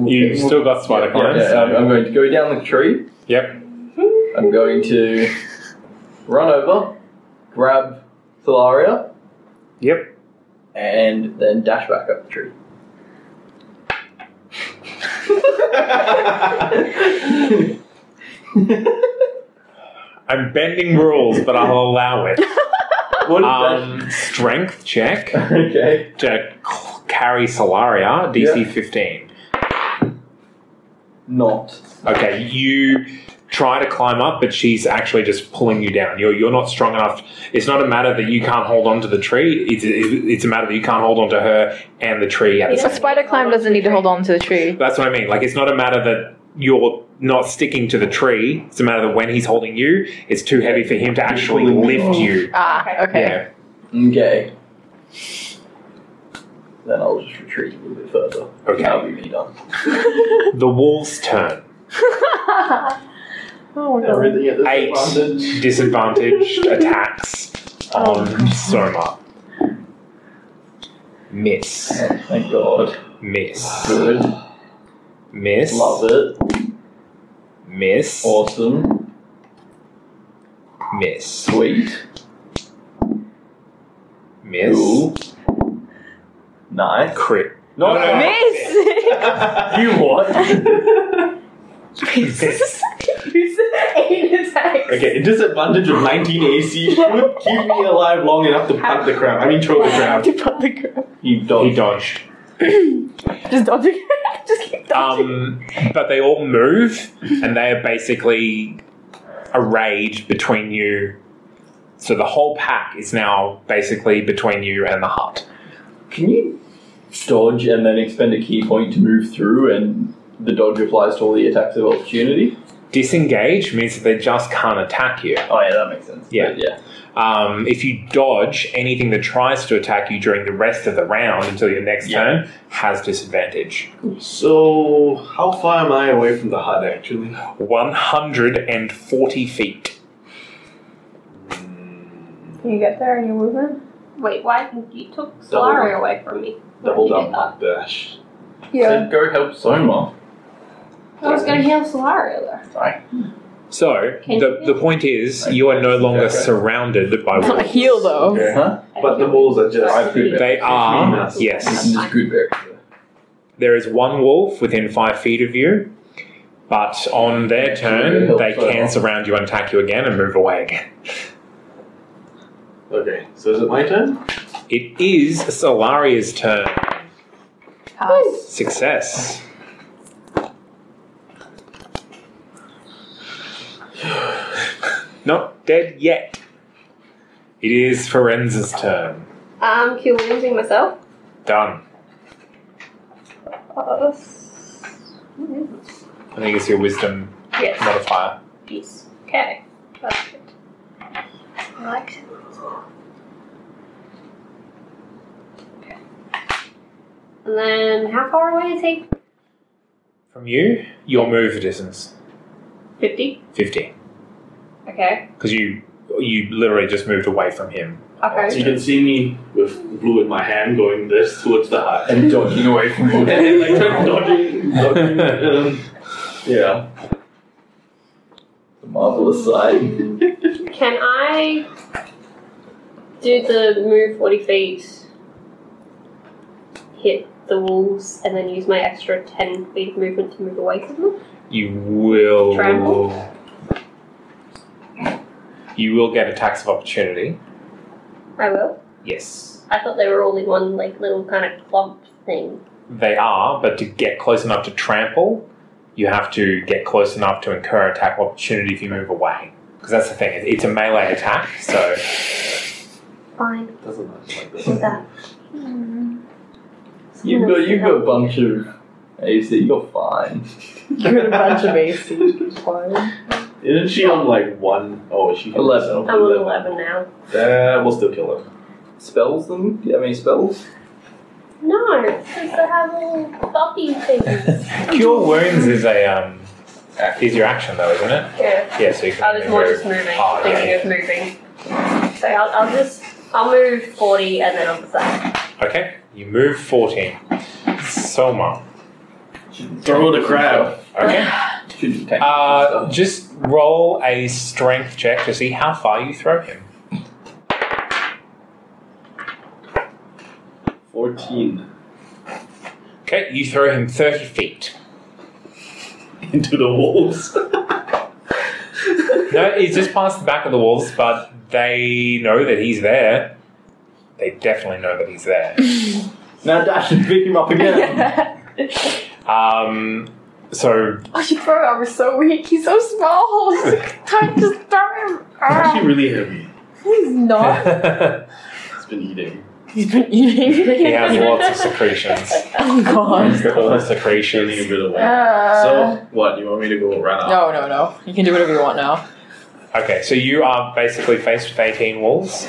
S1: You've still got spider climbs.
S10: Yeah, I'm, I'm going to go down the tree.
S1: Yep.
S10: I'm going to run over, grab Solaria.
S1: Yep.
S10: And then dash back [LAUGHS] up the tree.
S1: I'm bending rules, but I'll allow it.
S10: What is
S1: um, strength check
S10: okay.
S1: to c- carry Solaria, DC 15.
S10: Not.
S1: Okay, you try to climb up, but she's actually just pulling you down. You're, you're not strong enough. It's not a matter that you can't hold on to the tree, it's, it's a matter that you can't hold on to her and the tree at the
S5: A
S1: same
S5: spider climb doesn't need to hold on to the tree.
S1: That's what I mean. Like, it's not a matter that you're not sticking to the tree. It's a matter that when he's holding you, it's too heavy for him to actually lift you.
S5: Ah, okay.
S1: Yeah.
S10: Okay. Then I'll just retreat a little bit further.
S1: Okay.
S10: That'll be me done.
S1: The wolf's turn.
S5: [LAUGHS] oh
S10: Everything at this
S1: Eight disadvantaged attacks on Soma. Miss.
S10: Thank God.
S1: Miss.
S10: Good.
S1: Miss.
S10: Love it.
S1: Miss.
S10: Awesome.
S1: Miss.
S10: Sweet.
S1: Miss.
S10: Cool. Nice.
S1: Crit.
S10: No,
S1: no, no.
S3: [LAUGHS]
S5: [LAUGHS]
S10: [LAUGHS] You what?
S1: [LAUGHS] Miss.
S15: Eight attacks.
S3: Okay, a disadvantage of 19 AC would keep me alive long enough to punt the crab. I mean, throw the crab.
S10: You dodged.
S1: He dodged.
S15: Just dodging.
S5: [LAUGHS]
S15: Just keep dodging.
S1: Um, but they all move, and they are basically arrayed between you. So the whole pack is now basically between you and the hut.
S10: Can you dodge and then expend a key point to move through and the dodge applies to all the attacks of opportunity?
S1: Disengage means that they just can't attack you.
S10: Oh yeah, that makes sense.
S1: Yeah.
S10: yeah.
S1: Um, if you dodge, anything that tries to attack you during the rest of the round until your next
S10: Yeah.
S1: turn has disadvantage.
S3: So, how far am I away from the hut actually?
S1: 140 feet.
S15: Can you get there in your movement?
S4: Wait, why? You took
S3: Double
S4: Solari
S3: one.
S4: away from me.
S3: Double
S4: Why did you
S3: down
S4: do that?
S3: hut dash.
S10: So go help Soma.
S4: I was going to heal Solari though.
S10: Sorry.
S1: So
S4: Can
S1: the,
S4: you-
S1: the point is, you are no longer
S10: Okay.
S1: surrounded by
S5: It's not a
S1: wolves.
S5: heal though.
S3: Okay.
S10: Huh?
S3: But the walls are just.
S10: I've been
S1: They are yes.
S10: This is good work.
S1: There is one wolf within five feet of you, but on their turn, they can surround you and attack you again and move away again.
S3: Okay, so is it my turn?
S1: It is Solaria's turn.
S5: [LAUGHS]
S15: Pass.
S1: Success. [SIGHS] Not dead yet. It is Forenza's turn.
S4: Um, kill losing myself.
S1: Done.
S4: Plus.
S1: I think it's your wisdom
S4: Yes.
S1: modifier.
S4: Peace. Okay. Perfect. I like Okay. And then, how far away is he?
S1: From you, your move distance
S4: 50.
S1: 50.
S4: Okay.
S1: Because you, you literally just moved away from him.
S4: Okay.
S3: You can see
S10: [LAUGHS]
S3: me with blue in my hand going this towards the hut.
S10: And dodging away from
S3: And
S10: you.
S3: then, like, try dodging, dodging. um, yeah.
S10: Marvelous sight.
S4: Can I do the move 40 feet, hit the wolves, and then use my extra 10 feet of movement to move away from them?
S1: You will.
S4: Trample?
S1: You will get attacks of opportunity.
S4: I will.
S1: Yes.
S4: I thought they were all in one like little kind of clump thing.
S1: They are, but to get close enough to trample, you have to get close enough to incur attack of opportunity if you move away. Because that's the thing, it- it's a melee attack, so.
S4: Fine.
S3: Doesn't matter like
S4: Do
S3: this.
S4: that.
S10: You've got you've got a bunch of AC, you're fine.
S5: You're in a bunch of AC. Fine.
S3: Isn't she on like one? Oh, is she hit
S10: Eleven.
S3: herself?
S4: I'm on 11 now.
S3: That will still kill her.
S10: Spells them? Do you have any spells?
S4: No, because they have all buffy [LAUGHS] things.
S1: [LAUGHS] Cure Wounds is a. Um,
S10: Action.
S1: is your action, though, isn't it?
S4: yeah.
S1: Yeah, so you can.
S4: I was more
S1: move.
S4: just moving,
S1: Oh,
S4: thinking
S1: yeah.
S4: of moving. So I'll, I'll just. I'll move 40 and then on the side.
S1: Okay, you move 14. Soma.
S3: Throw the crab.
S1: Okay. Uh, just roll a strength check to see how far you throw him.
S3: 14.
S1: Okay, you throw him 30 feet.
S3: Into the wolves.
S1: no, he's just past the back of the wolves, but they know that he's there. They definitely know that he's there.
S10: Now dash and pick him up [LAUGHS] again.
S1: Um, so
S5: [LAUGHS] Oh, you throw arm is so weak. He's so small. [LAUGHS] Time to throw him. Ah.
S3: Actually, really heavy.
S5: He's not.
S3: It's been [LAUGHS] eating.
S5: [LAUGHS] He's been [LAUGHS] eating.
S1: he has lots of secretions.
S5: Oh god.
S1: He's got all the secretions.
S3: Eating a bit of weight.
S5: Uh,
S3: So, what? You want me to go run out?
S5: no, no, no. You can do whatever you want now.
S1: Okay, so you are basically faced with 18 wolves.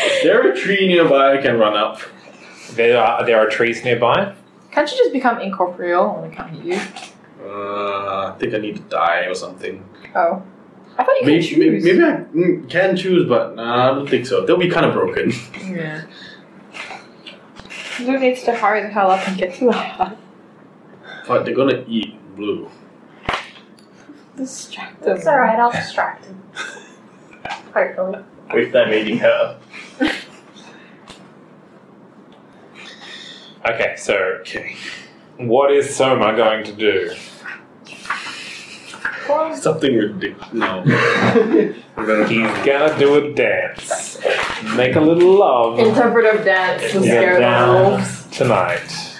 S3: Is there a tree nearby I can run up?
S1: There are, there are trees nearby.
S5: Can't you just become incorporeal when it comes to you?
S3: Uh, I think I need to die or something.
S5: Oh. I thought you could
S3: Maybe, maybe,
S5: choose.
S3: maybe I mm, can choose, but nah, I don't think so. They'll be kind of broken. [LAUGHS]
S5: Yeah. Blue needs to hurry the hell up and get to the hut.
S3: But they're gonna eat blue.
S5: Distract them.
S4: It's alright, I'll distract him. Hopefully.
S10: With them eating her.
S1: Okay, so what is Soma going to do?
S3: Something ridiculous.
S10: [LAUGHS]
S3: No. We're gonna
S1: He's gonna do a dance. Make a little love
S5: Interpretive dance to
S1: Oh. Yeah,
S5: scare the
S1: down.
S5: wolves.
S1: tonight.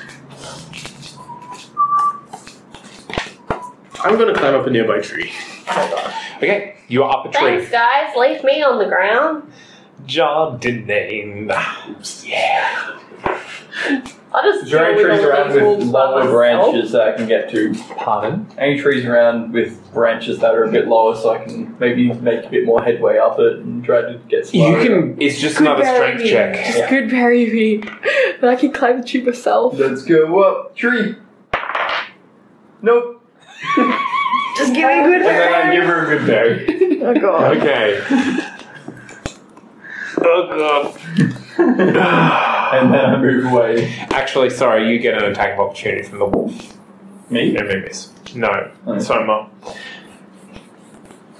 S3: I'm gonna climb up a nearby tree.
S1: Okay, you're up a tree.
S4: Thanks, guys. Leave me on the ground.
S1: Jardinane. Yeah.
S4: I'll just
S10: Is there any
S4: deal
S10: trees
S4: with all
S10: around
S4: these
S10: with
S4: wolves by
S10: lower
S4: myself.
S10: branches that I can get to?
S1: Pardon?
S10: Any trees around with branches that are a bit lower so I can maybe make a bit more headway up it and try to get
S1: You
S10: slower?
S1: can. It's just another strength check.
S5: Just good bury me. But I can climb the tree myself.
S10: Let's go up. Tree! Nope.
S5: Just give me a good
S1: And then I give her a
S5: [LAUGHS]
S1: good day.
S5: Oh god.
S1: Okay. Oh god.
S10: And then I move away.
S1: Actually, sorry, you get an attack of opportunity from the wolf.
S10: Me?
S1: No, maybe miss. No,
S10: Okay.
S1: Soma.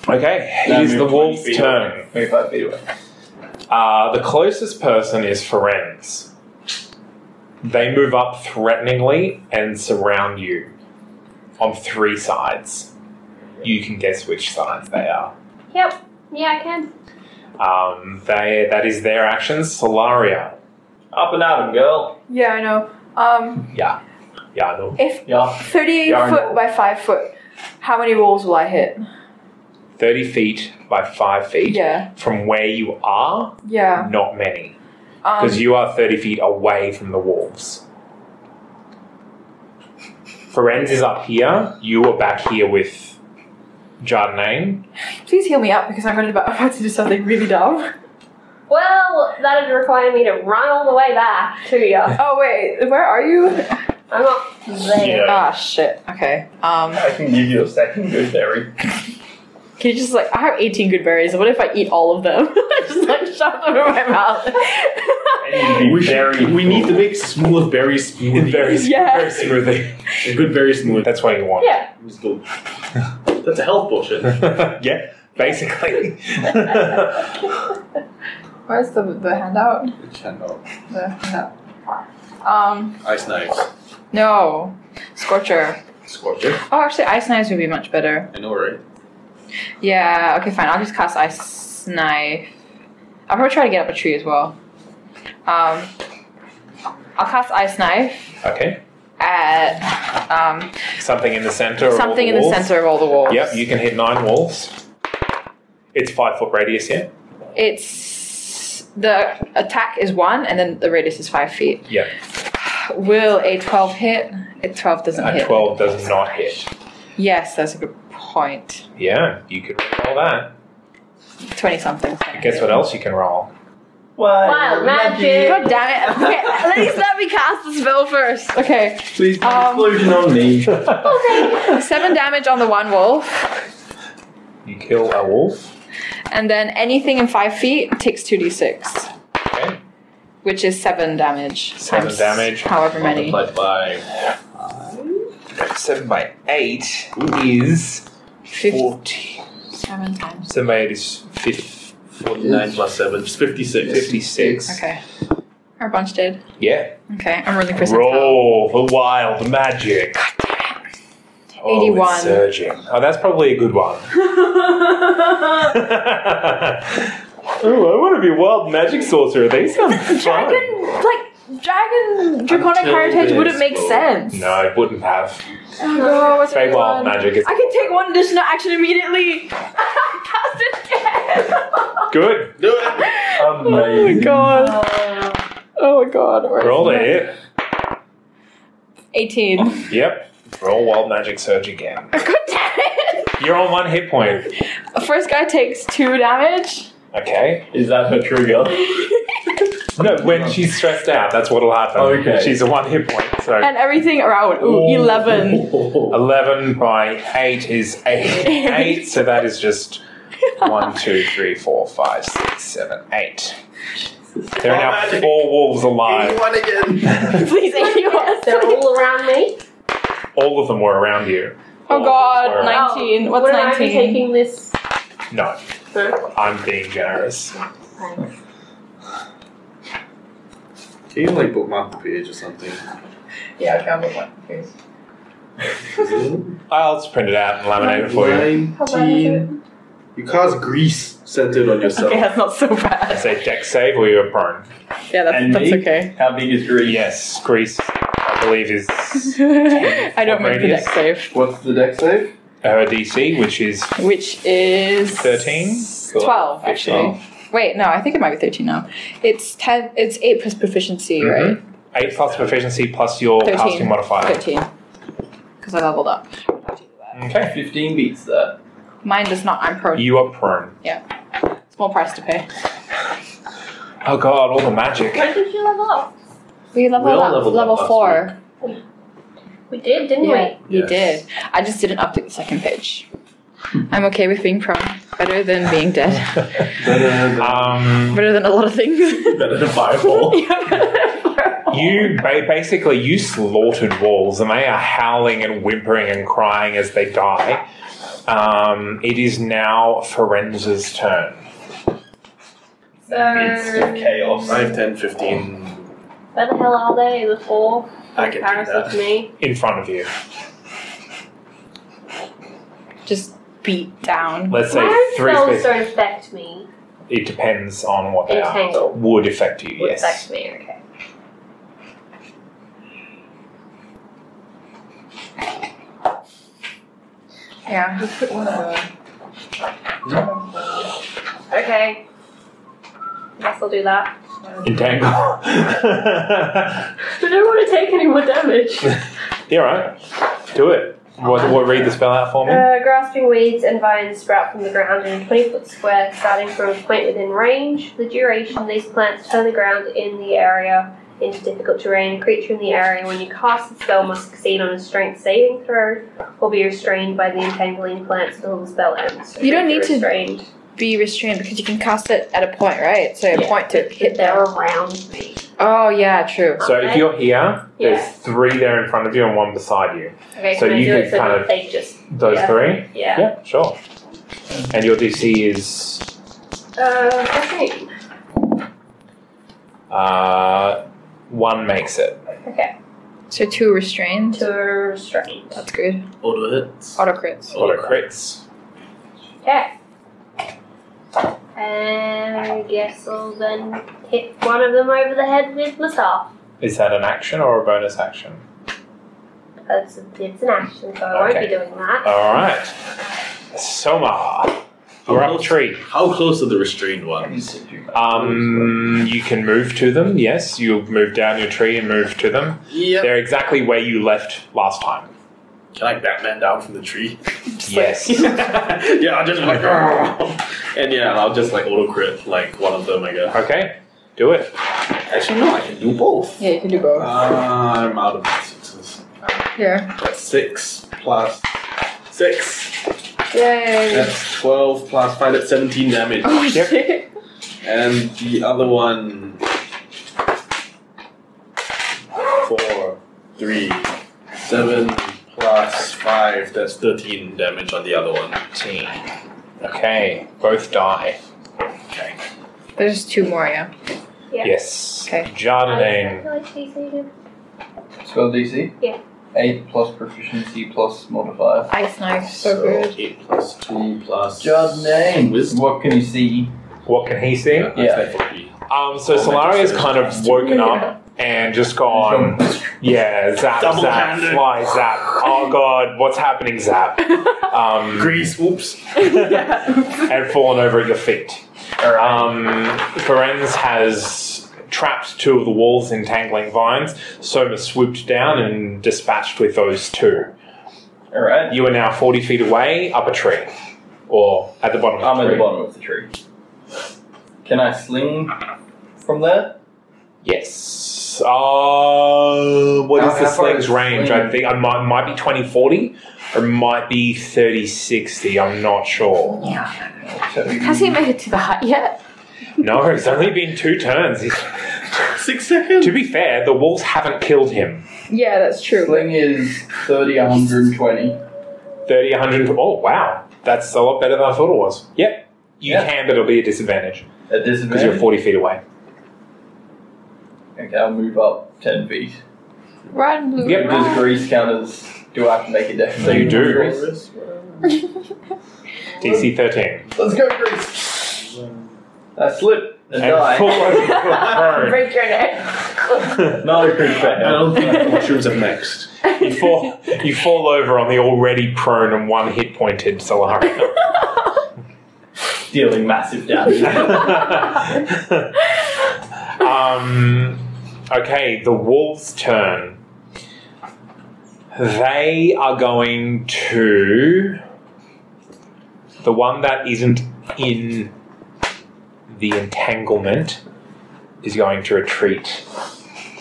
S1: Okay,
S10: Now
S1: it is
S10: move
S1: the
S10: 20
S1: wolf's
S10: feet
S1: turn.
S10: 25 feet away.
S1: Uh, the closest person is Ferenz. They move up threateningly and surround you on three sides. You can guess which sides they are.
S4: Yep. Yeah, I can.
S1: Um, they that is their actions. Solaria.
S10: Up and at 'em, girl.
S5: Yeah, I know. Um,
S1: Yeah, yeah, no.
S5: if
S10: Yeah.
S5: 38
S10: Yeah, I know.
S5: foot by 5 foot, how many walls will I hit?
S1: Thirty feet by five feet.
S5: Yeah.
S1: From where you are,
S5: Yeah.
S1: not many,
S5: Um,
S1: because you are thirty feet away from the wolves. Ferenz is up here. You are back here with Jardinane.
S5: please heal me up because I'm gonna about, [LAUGHS] about to do something really dumb.
S4: Well, that'd require me to run all the way back to you.
S5: Oh, wait, where are you?
S4: I'm not there.
S10: Yeah.
S5: Ah, shit. Okay. Um,
S10: I can give you a second good berry.
S5: can you just like, I have 18 good berries. What if I eat all of them? [LAUGHS] just like shove them in my mouth.
S3: We, should, we need to make smooth berry smoothie.
S1: [LAUGHS] Very, s-
S5: Yeah.
S1: very smoothie.
S3: A good berry smoothie.
S1: That's what you want.
S4: Yeah.
S3: Let's go. That's a health bullshit.
S10: [LAUGHS]
S1: [LAUGHS] Yeah, basically. [LAUGHS]
S5: Where's the, the handout?
S3: Cannot.
S5: The handout. Um,
S3: Ice knives.
S5: no. Scorcher.
S3: Scorch it.
S5: Oh, actually, Ice Knives would be much better.
S3: I know, right?
S5: Yeah, okay, fine. I'll just cast Ice Knife. I'll probably try to get up a tree as well. Um, I'll cast Ice Knife
S1: okay.
S5: at um,
S1: Something in the center. of all
S5: something
S1: the
S5: in the
S1: walls.
S5: center of all the walls.
S1: Yep, you can hit nine walls. It's five foot radius, yeah?
S5: It's. The attack is one, and then the radius is five feet.
S1: Yeah.
S5: Will a 12 hit? A 12 doesn't
S1: A
S5: hit.
S1: 12 does not hit.
S5: Yes, that's a good point.
S1: Yeah, you can roll that.
S5: 20 something.
S1: Guess what else you can roll?
S4: Wild magic.
S5: God damn it. Okay, at least let me cast the spell first. Okay.
S10: Please do
S5: Um,
S10: explosion on me.
S5: Seven damage on the one wolf,
S1: You kill a wolf.
S5: And then anything in five feet takes 2d6.
S1: Okay.
S5: Which is seven damage.
S1: Seven
S5: times
S1: damage.
S5: However many.
S1: Multiplied by five. Seven by eight is forty.
S5: Seven times.
S1: Seven by eight is fif- forty-nine plus seven. It's fifty-six. Fifty-six.
S5: Okay. Our bunch did.
S1: Yeah.
S5: Okay, I'm rolling for some
S1: Roll the wild magic. Oh, it's
S5: 81.
S1: surging. Oh, that's probably a
S5: [LAUGHS]
S1: good one. [LAUGHS] oh, I want to be a wild magic sorcerer.
S5: [LAUGHS]
S1: They sound fun.
S5: like dragon draconic
S1: Until
S5: heritage
S1: they
S5: wouldn't make
S1: explode.
S5: sense.
S1: No, it wouldn't have.
S5: Oh god, what's
S1: Fey
S5: going
S1: wild
S5: on?
S1: magic is-
S5: I can take one additional action immediately. [LAUGHS] Cast it again. [LAUGHS]
S1: Good. Do it.
S5: Oh my god. Oh my god. where is
S1: Roll
S5: my- Oh
S1: it.
S5: 18. God
S1: Yep. Roll wild magic surge again.
S5: damn it!
S1: You're on one hit point.
S5: [LAUGHS] First guy takes two damage.
S1: Okay.
S10: Is that
S5: [LAUGHS]
S10: her trigger?
S1: No, when she's stressed out, that's what'll happen.
S10: Okay.
S1: She's a one hit point. So
S5: And everything around. Ooh, 11.
S10: [LAUGHS]
S1: 11 by 8 is
S5: [LAUGHS]
S1: 8. 8, so that is just 1, 2, 3, 4, 5, 6, 7, 8. There are now four wolves alive.
S3: One
S10: [LAUGHS]
S3: again.
S5: Please, [LAUGHS] anyone.
S4: They're all around me.
S1: All of them were around you.
S5: Oh god,
S1: Wow.
S5: 19. What's
S4: Would Oh, I be
S5: 19?
S4: taking this?
S1: No,
S4: Huh?
S1: I'm being generous.
S4: Thanks.
S3: Can you like bookmark the page or something?
S5: Yeah, okay, I'll get one.
S1: I'll just print it out and laminate it for you.
S3: Nineteen. You cast grease centered on yourself.
S5: Okay, that's not so bad.
S1: It's a deck save or you're prone.
S5: Yeah, that's,
S10: And
S5: that's
S10: me?
S3: [LAUGHS]
S5: okay.
S10: How big is Greece?
S1: Yes, Greece, I believe, is
S5: I don't make the
S1: radius?
S5: deck save.
S3: What's the deck save?
S1: her DC, which is
S5: Which is
S1: 13.
S5: 12, actually. Wait, no, I think it might be 13 now. It's 10, it's 8 plus proficiency, right?
S1: 8 plus proficiency plus your
S5: 13.
S1: casting modifier.
S5: 13. Because I leveled up.
S1: Okay.
S10: 15 beats that.
S5: Mine does not, I'm pro.
S1: You are prone.
S5: Yeah. Small price to pay.
S1: Oh god, all the magic.
S4: When did you level up?
S5: We leveled
S10: We all
S5: up,
S10: leveled up
S5: level
S10: last
S5: 4.
S4: We did, didn't
S5: Yeah,
S4: we?
S5: you
S10: Yes.
S5: did. I just didn't update the second page. I'm okay with being prone. Better than being dead.
S3: uh,
S10: [LAUGHS]
S1: Um,
S5: Better than a lot of things.
S6: better than
S5: [LAUGHS]
S6: fireball.
S1: you ba- basically you slaughtered wolves, and they are howling and whimpering and crying as they die. Um, it is now Ferenza's turn.
S5: Um,
S4: So,
S10: Ah, chaos.
S3: 5, 10, 15.
S4: where the hell are they? The four?
S3: I can do
S4: Comparison
S3: that.
S4: to me.
S1: In front of you.
S5: just beat down.
S1: Let's say
S4: Why
S1: three.
S4: spells
S1: Spe-
S4: don't affect me?
S1: it depends on what they are.
S4: Entangle.
S1: Would affect you,
S4: Would
S1: yes.
S4: affect me, okay.
S5: Yeah, just put one of the.
S4: Okay. Guess I'll do that.
S1: [LAUGHS] Entangle.
S4: I don't want to take any more damage.
S1: You're right. Do it. What, what? Read the spell out for me.
S4: Uh, grasping weeds and vines sprout from the ground in a 20 foot square, starting from a point within range. The duration these plants turn the ground in the area into difficult terrain. A creature in the area, when you cast the spell, must succeed on a strength saving throw or be restrained by the entangling plants until the spell ends.
S5: You don't need to-
S4: restrained.
S5: Be restrained because you can cast it at a point, right? So a point to
S4: But
S5: hit
S4: they're
S5: them.
S4: around me.
S5: Oh yeah, true.
S1: So if
S4: Okay.
S1: you're here,
S4: Yeah.
S1: there's three there in front of you and one beside you.
S4: Okay,
S1: So
S4: can I
S1: you
S4: do
S1: can
S4: it so
S1: kind
S4: that
S1: of-
S4: they just.
S1: Those
S4: Yeah.
S1: three.
S4: Yeah.
S1: Yeah, sure. And your DC is
S4: Uh, okay.
S1: uh, one makes it.
S4: Okay.
S5: So two restrained.
S4: To restrained.
S5: That's good.
S6: Auto hits.
S5: Auto crits.
S1: Auto crits.
S4: Okay. And I guess I'll then hit one of them over the head with my staff.
S1: Is that an action or a bonus action?
S4: That's it's an action, so I won't
S1: Okay. Uh,
S4: be doing that.
S1: All right. Soma, you're up tree.
S3: How close are the restrained ones?
S1: Um, you can move to them. Yes, you'll move down your tree and move to them.
S3: Yeah.
S1: They're exactly where you left last time.
S3: Can I Batman down from the tree?
S1: yes.
S3: yeah, I'll just like. "Argh." And yeah, I'll just like auto crit like one of them, I guess.
S1: okay. Do it.
S3: Actually, no, I can do both.
S5: Yeah, you can do both.
S3: Uh, I'm out of sixes.
S5: Here.
S3: That's six plus six.
S5: Yay.
S3: That's 12 plus 5, that's 17 damage.
S5: [LAUGHS] Oh shit.
S3: And the other one. 4, 3, 7 plus 5, that's 13 damage on the other one.
S1: Okay, both die.
S5: There's two more, yeah.
S4: Yeah.
S1: Yes.
S5: Okay.
S1: Jardinane.
S10: Spell DC?
S4: Yeah.
S10: 8 plus proficiency plus modifier.
S5: Ice knife.
S10: So good.
S3: 8 plus 2 plus.
S10: Jardinane.
S3: Wisdom.
S10: What can you see?
S1: What can he see?
S10: Yeah.
S1: Um, so Solaria's kind of woken up and just gone, yeah, zap, zap,
S3: Double-handed.
S1: fly, zap. Oh god, what's happening, zap? Um,
S3: Grease, oops.
S1: and fallen over at your feet. Um, Ferenz has trapped two of the walls in tangling vines. Soma swooped down and dispatched with those two.
S10: Alright.
S1: You are now 40 feet away, up a tree. Or at the bottom of
S10: I'm
S1: the
S10: at
S1: tree.
S10: the bottom of the tree. Can I sling from there?
S1: Yes. Uh, what
S10: How-
S1: is the
S10: how far
S1: sling's
S10: is
S1: range? I
S10: sling?
S1: think I might, might be 20 40 or it might be 30 60. I'm not sure.
S5: Yeah.
S10: So
S5: Has he made it to the hut yet?
S1: No, it's only been two turns.
S3: Six seconds?
S1: to be fair, the walls haven't killed him.
S5: Yeah, that's true.
S10: Sling is 30, 120.
S1: 30, 100. Oh, wow. That's a lot better than I thought it was. Yep. You
S10: Yeah.
S1: can, but it'll be a disadvantage
S10: At
S1: because you're
S10: disadvantage?
S1: 40 feet away.
S10: Okay, I'll move up 10 feet.
S5: Run, blue.
S1: Yep.
S5: [LAUGHS]
S10: Does grease count as. Do I have to make a deck? save
S1: You
S10: for
S1: do.
S10: Grease?
S1: DC 13.
S10: Let's go, Grease! I slip and die.
S1: fall over prone.
S5: Break your neck. [LAUGHS]
S10: Not a crit
S3: I don't
S10: fail. [LAUGHS]
S3: think mushrooms are next.
S1: You fall, you fall over on the already prone and one hit pointed Solari.
S10: Dealing
S3: [LAUGHS]
S10: massive damage.
S1: um, okay, the wolves' turn. They are going to the one that isn't in the entanglement is going to retreat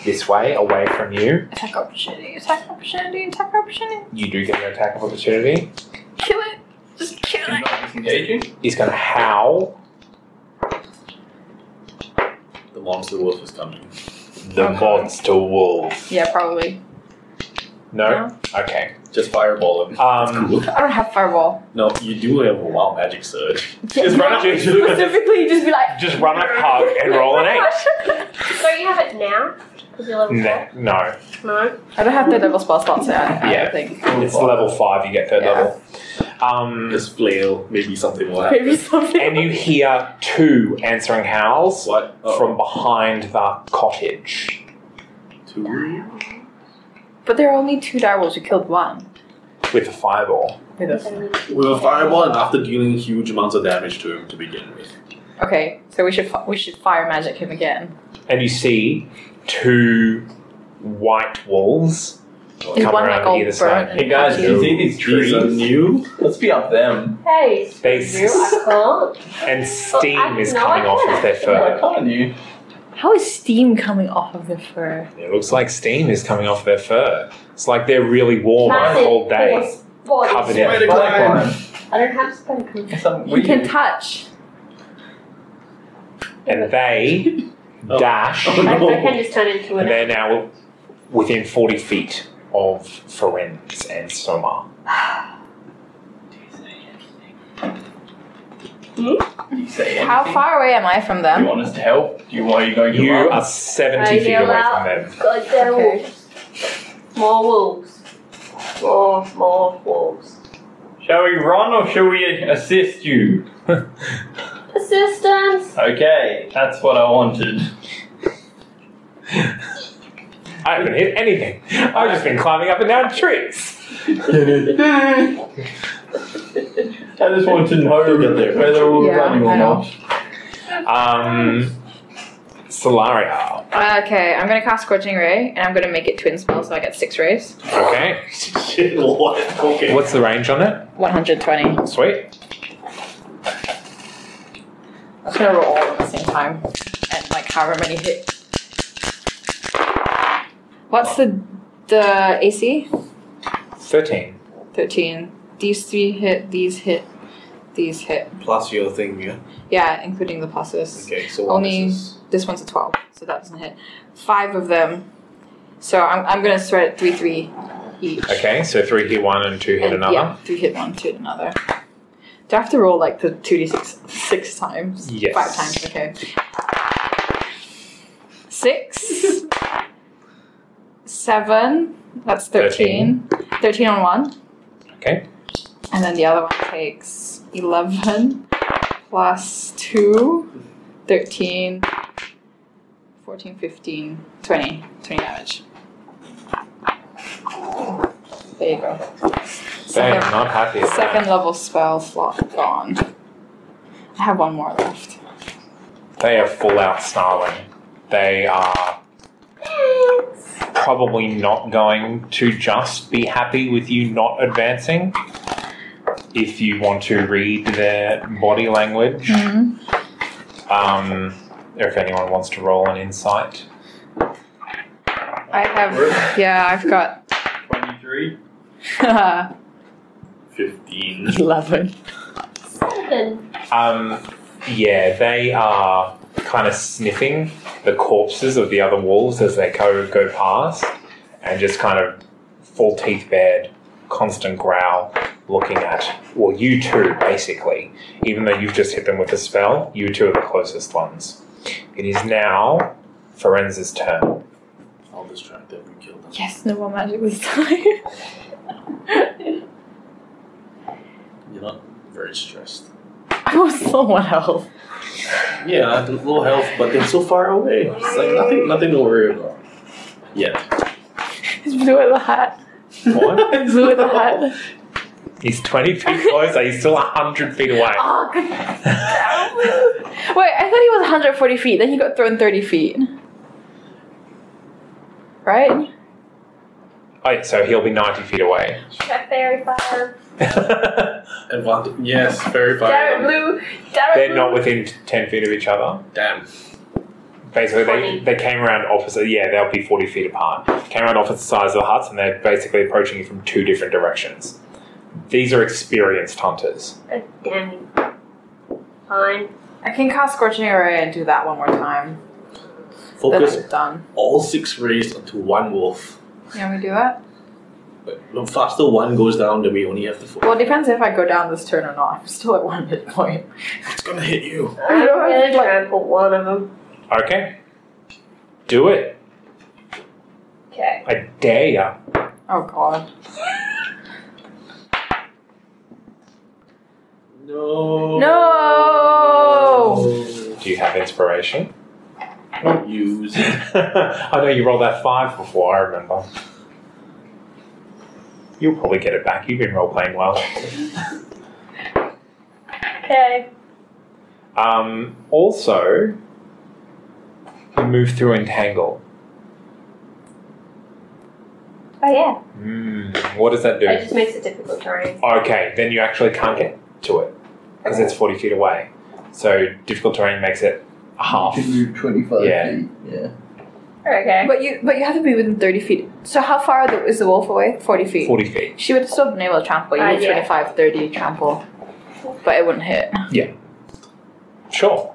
S1: this way, away from you.
S5: Attack opportunity, attack opportunity, attack opportunity.
S1: You do get an attack of opportunity.
S5: Kill it. Just kill
S10: I'm
S5: it.
S10: not disengaging.
S1: He's going to howl.
S3: The monster wolf is coming.
S1: The monster wolf.
S5: Yeah, probably.
S1: No? Okay.
S3: Just fireball him.
S1: Um,
S5: I don't have fireball.
S3: No, you do have a wild magic surge.
S1: just run
S5: [LAUGHS]
S1: up, just,
S5: Specifically, just be like.
S1: just run up, hug, and roll an eight.
S5: [LAUGHS]
S13: Don't you have it now? Because you're level
S1: No, no.
S13: four? No.
S5: I don't have third level spell slots. So I, I
S1: Yeah.
S5: don't think.
S10: Oh,
S1: It's level five. You get third
S5: Yeah.
S1: level. Um,
S3: Just flail. Maybe something will happen.
S5: Maybe something.
S1: Uh, and you hear two answering howls
S3: What? Oh.
S1: from behind the cottage.
S3: Two.
S5: But there are only two direwolves. You killed one.
S1: With a fireball.
S5: With us.
S3: With a fireball and after dealing huge amounts of damage to him to begin with.
S5: Okay, so we should fi- we should fire magic him again.
S1: And you see two white wolves
S3: Oh,
S5: Is
S1: come
S5: one
S1: around
S5: like all
S1: either
S5: burnt?
S1: side.
S10: Hey guys, do you see these
S3: Trees
S10: trees?
S3: are new.
S10: Let's be up them.
S13: Hey, it's
S1: They
S13: you. I can't.
S1: And steam
S13: I-
S1: is
S13: no,
S1: coming
S13: I
S1: off
S13: can't.
S1: of their
S10: Why
S1: fur.
S10: can't you?
S5: How is steam coming off of the fur?
S1: It looks like steam is coming off their fur. It's like they're really warm on a
S13: Massive
S1: cold day.
S13: horse body.
S1: Covered in
S3: Spider
S10: Why
S3: climb.
S13: I don't have spoken.
S10: can't? Some
S5: You can
S10: weird.
S5: touch.
S1: And they
S3: Oh.
S1: dash.
S3: Oh,
S13: I,
S3: no.
S13: I can just turn into an.
S1: And they're now within 40 feet of Ferenz and Soma.
S10: You say anything?
S5: How far away am I from
S10: Do you
S5: them?
S10: want us to help? Do you want? Are you going to?
S1: You
S10: run?
S1: are 70
S13: I
S1: feet
S13: yell
S1: away from
S13: out.
S1: them.
S13: Goddamn
S5: Okay.
S13: wolves. More wolves. More, more wolves.
S10: Shall we run or shall we assist you?
S13: Assistance!
S10: Okay, that's what I
S3: [LAUGHS]
S10: wanted.
S1: I haven't hit anything. I've just been climbing up and down trees.
S10: I just want to know whether we're
S5: Yeah,
S10: running or
S5: I know.
S10: not.
S1: Um, Solaria.
S5: Okay, I'm gonna cast Scorching Ray, and I'm gonna make it twin spell, so I get six rays.
S1: Okay.
S3: Shit, [LAUGHS] what? Okay.
S1: What's the range on it?
S5: 120. I'm
S1: Sweet.
S5: just gonna roll all at the same time, and like however many hit. What's the the AC?
S1: 13.
S5: 13. These three hit. These hit. These hit.
S3: Plus your thing, yeah.
S5: Yeah, including the pluses.
S3: Okay, so one
S5: Only this one's a 12, so that doesn't hit. Five of them. So I'm, I'm going to thread it 3 3 each.
S1: Okay, so three hit one and two hit
S5: And,
S1: another.
S5: Yeah, 3 hit 1, 2 hit another. Do I have to roll like the 2d6 six times?
S1: Yes.
S5: 5 times, okay. 6. 7. That's 13. 13, on 1.
S1: Okay.
S5: And then the other one takes 11 plus 2, 13, 14, 15, 20. 20 damage. There you go.
S1: Damn, not happy. about
S5: Second level spell slot gone. I have one more left.
S1: They are full out snarling. They are probably not going to just be happy with you not advancing. If you want to read their body language, um, or if anyone wants to roll an insight,
S5: I have. Yeah, I've got.
S3: 23, 15.
S5: 11.
S1: Um, yeah, they are kind of sniffing the corpses of the other wolves as they go, go past, and just kind of full teeth bared, constant growl, looking at, well, you two, basically. Even though you've just hit them with a spell, you two are the closest ones. It is now Forenza's turn.
S6: I'll distract them and kill them.
S5: Yes, no more magic this time.
S3: You're not very stressed.
S5: I was someone else.
S3: Yeah, low health, but they're so far away. It's like nothing, nothing to worry about. Yeah.
S5: It's blue in the hat. [LAUGHS]
S1: What?
S5: blue in
S3: [LAUGHS]
S5: the hat.
S1: He's 20 feet closer, he's still 100 feet away. [LAUGHS]
S5: Oh, good. Wait, I thought he was 140 feet, then he got thrown 30 feet. Right?
S1: Oh, yeah, so he'll be 90 feet away.
S4: That fairy fire.
S3: Advantage. Yes, very far.
S4: Darren Blue. Darren
S1: They're
S4: Blue.
S1: not within 10 feet of each other.
S3: Damn.
S1: Basically, they, they came around opposite. Yeah, they'll be 40 feet apart. Came around opposite sides of the huts, and they're basically approaching you from two different directions. These are experienced hunters.
S4: Oh, damn you. [LAUGHS] Fine.
S5: I can cast Scorching Array and do that one more time.
S3: Focus
S5: Then I'm done.
S3: all six rays onto one wolf.
S5: Can we do that?
S3: But the faster one goes down, then we only have to focus.
S5: Well, it depends if I go down this turn or not. I'm still at one hit point.
S3: It's gonna hit you.
S5: I don't
S4: I'm gonna
S5: have, like,
S4: trample one of them.
S1: Okay. Do it.
S4: Okay.
S1: I dare ya.
S5: oh god.
S3: No.
S1: Oh.
S5: No!
S1: Do you have inspiration? [LAUGHS]
S3: Don't use it.
S1: I know you rolled that five before, I remember. You'll probably get it back. You've been role playing well.
S4: Okay.
S1: Um, also, you move through Entangle.
S4: Oh yeah.
S1: Hmm, what does that do?
S4: That just makes it difficult terrain.
S1: Okay, then you actually can't get to it because it's 40 feet away. So difficult terrain makes it a half.
S10: You can move 25
S1: Yeah.
S10: feet. Yeah.
S4: Okay.
S5: But you but you have to be within 30 feet. So how far the, is the wolf away? 40 feet.
S1: 40 feet.
S5: She would have still been able to trample. You
S4: Uh,
S5: need
S4: yeah.
S5: 25, 30 trample. But it wouldn't hit.
S1: Yeah. Sure.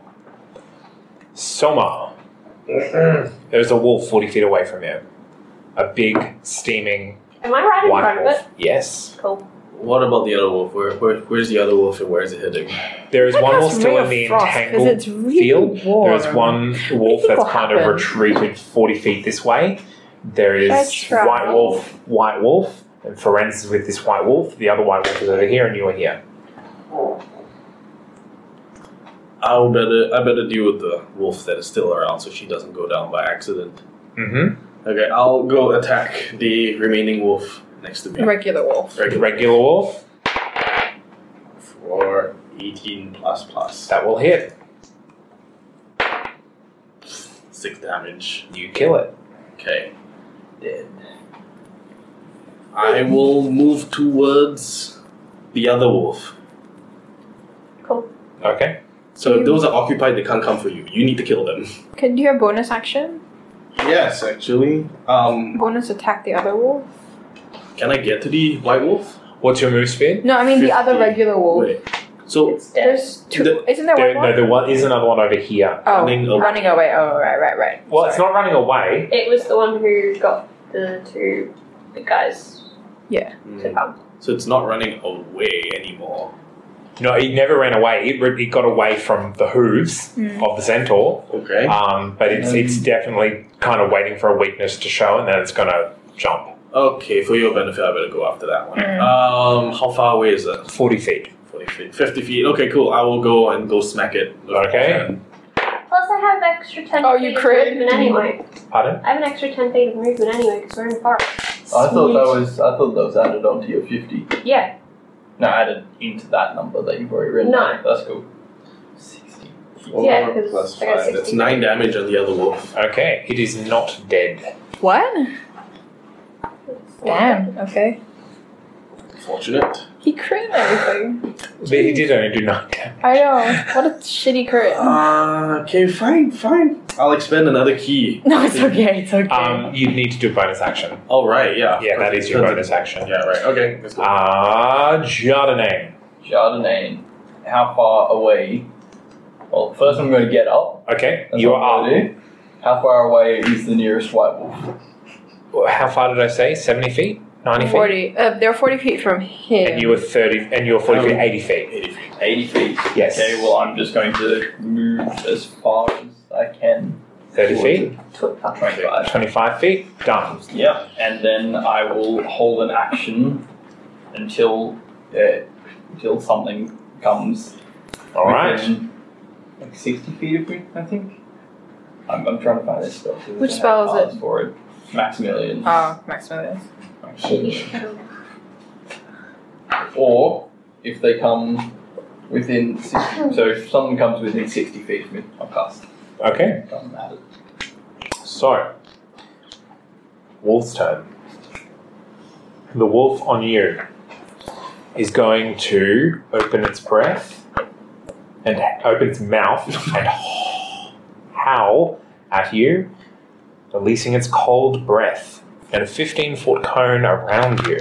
S1: Soma. There's a wolf 40 feet away from you. A big, steaming
S4: Am I right in
S1: white
S4: front of
S1: wolf.
S4: it?
S1: Yes.
S4: Cool.
S3: What about the other wolf? Where, where, where's the other wolf and where is it hitting?
S1: There is
S5: I
S1: one
S5: cast
S1: wolf still
S5: Ray
S1: in
S5: of
S1: the
S5: Frost 'cause
S1: entangled
S5: it's really
S1: field. There is
S5: warm.
S1: one wolf
S5: think
S1: that's
S5: will
S1: kind of
S5: um, happen?
S1: retreated 40 feet this way. There is
S4: Should I try?
S1: white wolf, white wolf, and Ferenz is with this white wolf. The other white wolf is over here, and you are here.
S3: I better, I better deal with the wolf that is still around so she doesn't go down by accident.
S1: Mm
S3: Okay, I'll go attack the remaining wolf next to me.
S5: Regular wolf.
S1: hmm.
S3: Regular
S1: Regular wolf,
S3: for 18 plus plus.
S1: that will hit.
S3: 6 damage.
S1: You kill it.
S3: Okay. Dead. I will move towards the other wolf.
S4: Cool.
S1: Okay.
S3: So if those are occupied, they can't come for you. You need to kill them.
S5: Can do your bonus action?
S3: Yes, actually. Um,
S5: Bonus attack the other wolf?
S3: can I get to the white wolf?
S1: What's your move speed?
S5: No, I mean the other
S1: 50.
S5: regular wolf.
S6: So
S5: There's two. isn't there one?
S1: there, no,
S5: more?
S1: the one is another one over here.
S5: oh, running away. Oh, right, right, right.
S1: Well, it's not running away.
S4: It was the one who got the two big guys
S5: Yeah.
S3: hmm.
S4: to come.
S3: So it's not running away anymore.
S1: No, it never ran away. It, re- it got away from the hooves
S5: Hmm.
S4: Mm.
S1: of the centaur.
S3: Okay.
S1: Um, but it's it's definitely kind of waiting for a weakness to show, and then it's gonna jump.
S3: Okay, for your benefit, I better go after that one.
S1: Mm.
S3: Um, how far away is it?
S1: Forty feet.
S3: Forty feet. Fifty feet. Okay, cool. I will go and go smack it.
S1: Okay.
S4: Plus, I have extra 10
S5: Oh,
S4: feet
S5: you
S4: of
S5: crit?
S4: movement anyway.
S1: Pardon?
S4: I have an extra 10 feet of movement anyway because we're in the forest.
S10: I thought that was I thought that was added onto your fifty.
S4: Yeah.
S10: No, added into that number that you've already written.
S4: No.
S10: That's cool.
S3: Four
S4: Yeah, 'cause
S3: plus
S4: I got
S3: five.
S4: 60.
S3: That's nine damage on the other wolf.
S1: Okay, it is not dead.
S5: What? Damn. Okay.
S3: Fortunate.
S5: He crit and everything.
S1: But it did only do nine damage.
S5: I know. What a shitty crit.
S3: Uh, okay, fine, fine. I'll expend another key.
S5: [LAUGHS] No, it's okay. It's okay.
S1: Um, you need to do bonus action.
S3: Oh right, yeah.
S1: Yeah, that is your bonus action.
S3: Yeah, right. Okay, let's go.
S1: Ah, Jardinane.
S10: Chardonnay. How far away? Well, first I'm going to get up.
S1: Okay,
S10: That's
S1: you
S10: what I'm
S1: are.
S10: gonna do. How far away is the nearest white wolf?
S1: How far did I say? Seventy feet, ninety feet,
S5: Forty. Uh, they're forty feet from here.
S1: and you were thirty, and you were forty feet,
S10: Um,
S1: eighty feet.
S10: 80 feet.
S1: Yes.
S10: Okay, well, I'm just going to move as far as I can.
S1: Thirty
S10: towards
S1: feet,
S10: it. Tw- uh, 25.
S1: twenty-five feet. Done.
S10: Yep, and then I will hold an action until uh, until something comes.
S1: All right.
S10: within, Like 60 feet of me, I think. I'm, I'm trying to find this spell. 'cause it
S5: Which
S10: doesn't
S5: spell
S10: have
S5: is it?
S10: cards For it. Maximilian.
S5: Oh, Maximilius.
S10: Or if they come within 60, so if someone comes within 60 feet of me, I'll cast.
S1: Okay,
S10: Doesn't matter.
S1: so wolf's turn. The wolf on you is going to open its breath and open its mouth and howl at you, releasing its cold breath and a fifteen-foot cone around you.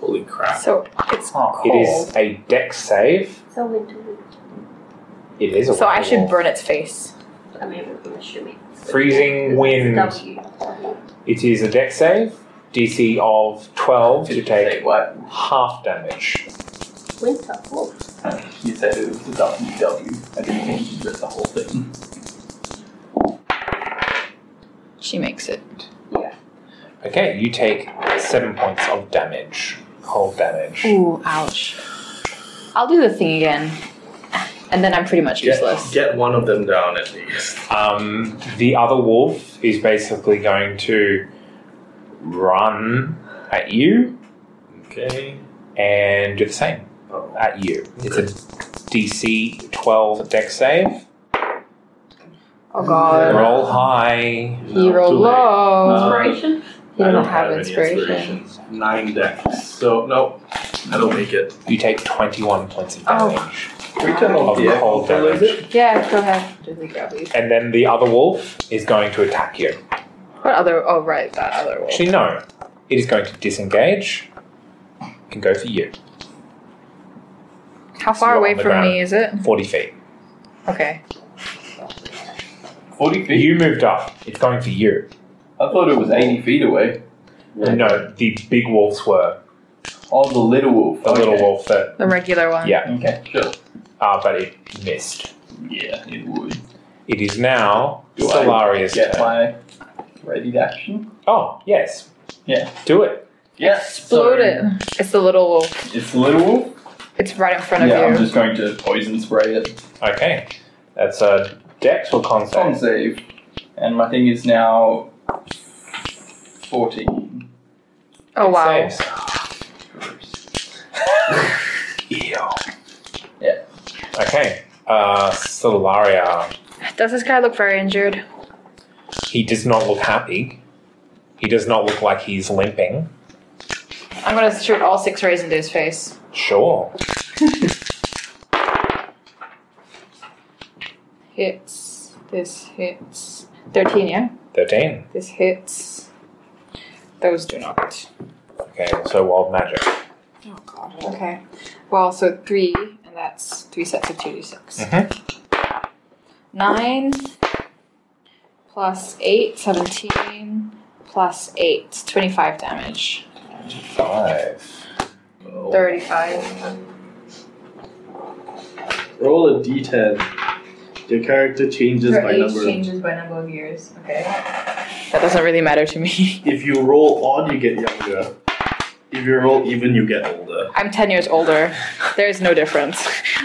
S3: Holy crap.
S5: So it's cold.
S1: It is a dex save.
S4: So winter.
S1: It is a
S5: so I should
S1: werewolf.
S5: burn its face.
S4: I mean, I'm assuming.
S1: freezing wind.
S4: W.
S1: It is a dex save, DC of 12 to
S10: Say
S1: take
S10: what?
S1: half damage.
S4: Winter. Oh. Wolf.
S10: You said it was the WW. I didn't think you read the whole thing.
S5: She makes it.
S1: Okay, you take 7 points of damage. Cold damage.
S5: Ooh, ouch. I'll do the thing again, and then I'm pretty much
S3: Get,
S5: useless.
S3: get one of them down at least.
S1: Um, the other wolf is basically going to run at you
S3: Okay.
S1: and do the same
S3: Oh.
S1: at you. It's a DC 12 dex save.
S5: Oh god.
S1: Roll high. Um,
S5: He rolled
S3: too late.
S5: low.
S3: Uh,
S4: Inspiration.
S5: he
S3: I
S5: didn't
S3: don't
S5: have,
S3: any
S5: inspiration.
S3: inspirations. Nine decks. So no, I don't make it.
S1: You take 21 points of
S5: Oh.
S1: damage.
S10: Can we turn
S3: Oh,
S10: off
S1: Of
S10: the
S1: cold
S10: echo
S1: damage.
S5: Yeah, go ahead. Did we grab these?
S1: And then the other wolf is going to attack you.
S5: What other? Oh right, that other one.
S1: Actually, no. It is going to disengage and go for you.
S5: How
S1: It's
S5: far
S1: not
S5: away
S1: on the
S5: from
S1: ground.
S5: me is it?
S1: 40 feet.
S5: Okay.
S10: 40 feet?
S1: You moved up. It's going for you.
S10: I thought it was 80 feet away.
S1: No, the big wolves were.
S10: Oh, the little wolf.
S1: The little
S10: Okay.
S1: wolf that.
S5: The regular one.
S1: Yeah.
S10: Okay, sure.
S1: Ah, but it missed.
S10: Yeah, it would.
S1: It is now
S10: Do I
S1: Solaria's
S10: Get
S1: turn.
S10: my ready action.
S1: Oh, yes.
S10: Yeah.
S1: Do it.
S10: Yes.
S5: Explode
S10: so
S5: it. It's the little wolf.
S10: It's the little wolf.
S5: It's right in front of
S10: yeah, I'm
S5: you.
S10: just going to poison spray it.
S1: Okay. That's a dex or con
S10: Con
S1: save?
S10: save. And my thing is now 14.
S5: oh wow.
S1: Saves. Ew.
S10: Yeah.
S1: Okay. Uh, Solaria.
S5: Does this guy look very injured?
S1: He does not look happy. He does not look like he's limping.
S5: I'm gonna shoot all six rays into his face.
S1: Sure.
S5: Hits. This hits. Thirteen. Yeah.
S1: 13.
S5: This hits. Those do not.
S1: Okay, so wild magic.
S5: Oh god. Okay. Well, so three, and that's three sets of two d six.
S1: Mhm.
S5: Nine plus eight, 17, plus eight, 25 damage.
S1: Five.
S6: Oh.
S5: 35.
S6: Roll a d10. Your character changes
S5: Your
S6: by
S5: age
S6: number. of-
S5: changes by number of years. Okay.
S6: That doesn't really matter to me. If you roll odd, you get younger. If you roll even, you get older.
S5: [LAUGHS] I'm 10 years older. There is no difference. [LAUGHS]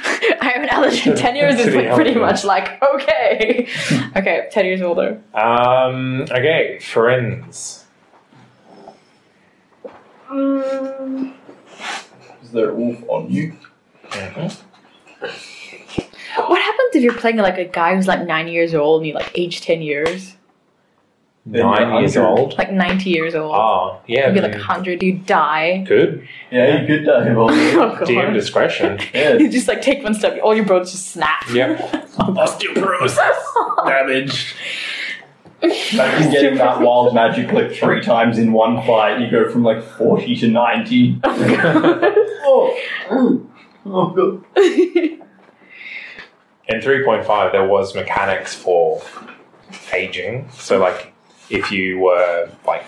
S5: I'm an elder. 10 years is
S1: Pretty
S5: like pretty
S1: elder.
S5: much like, okay. [LAUGHS] okay, 10 years older.
S1: Um, okay, friends.
S4: Mm,
S10: Is there a wolf on you?
S16: What happens if you're playing like a guy who's like nine years old and you like age ten years?
S1: Nine years old.
S16: Like ninety years old.
S1: Oh, yeah.
S16: You'd be
S1: then
S16: like hundred, you die.
S1: Good.
S10: Yeah, you could die of old.
S16: [LAUGHS] Oh, God.
S1: DM
S16: [LAUGHS]
S1: discretion.
S16: You just like take one step, all your bones just snap.
S1: Yep.
S10: Osteoporosis. Damage. Imagine getting that wild magic like three times in one fight. You go from like 40 to 90. oh, oh, oh, God.
S1: In 3.5, there was mechanics for aging. So, like, if you were, like,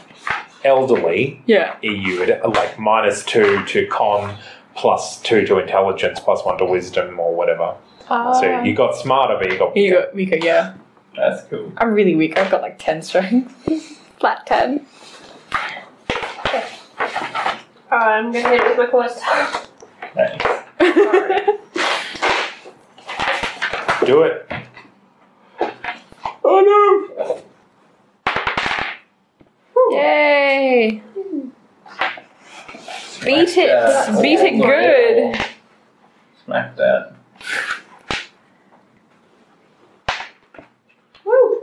S1: elderly,
S16: [LAUGHS] Yeah.
S1: you would, like, minus two to con, plus two to intelligence, plus one to wisdom, or whatever. so, you got smarter, but you got.
S16: Ah. You got weaker, yeah.
S10: That's cool.
S16: I'm really weak. I've got like ten strength. [LAUGHS] Flat ten.
S4: I'm gonna hit it with my quarter.
S1: Do it.
S16: Oh no! Yay! Beat it! Beat it good!
S10: Smack that.
S4: Woo!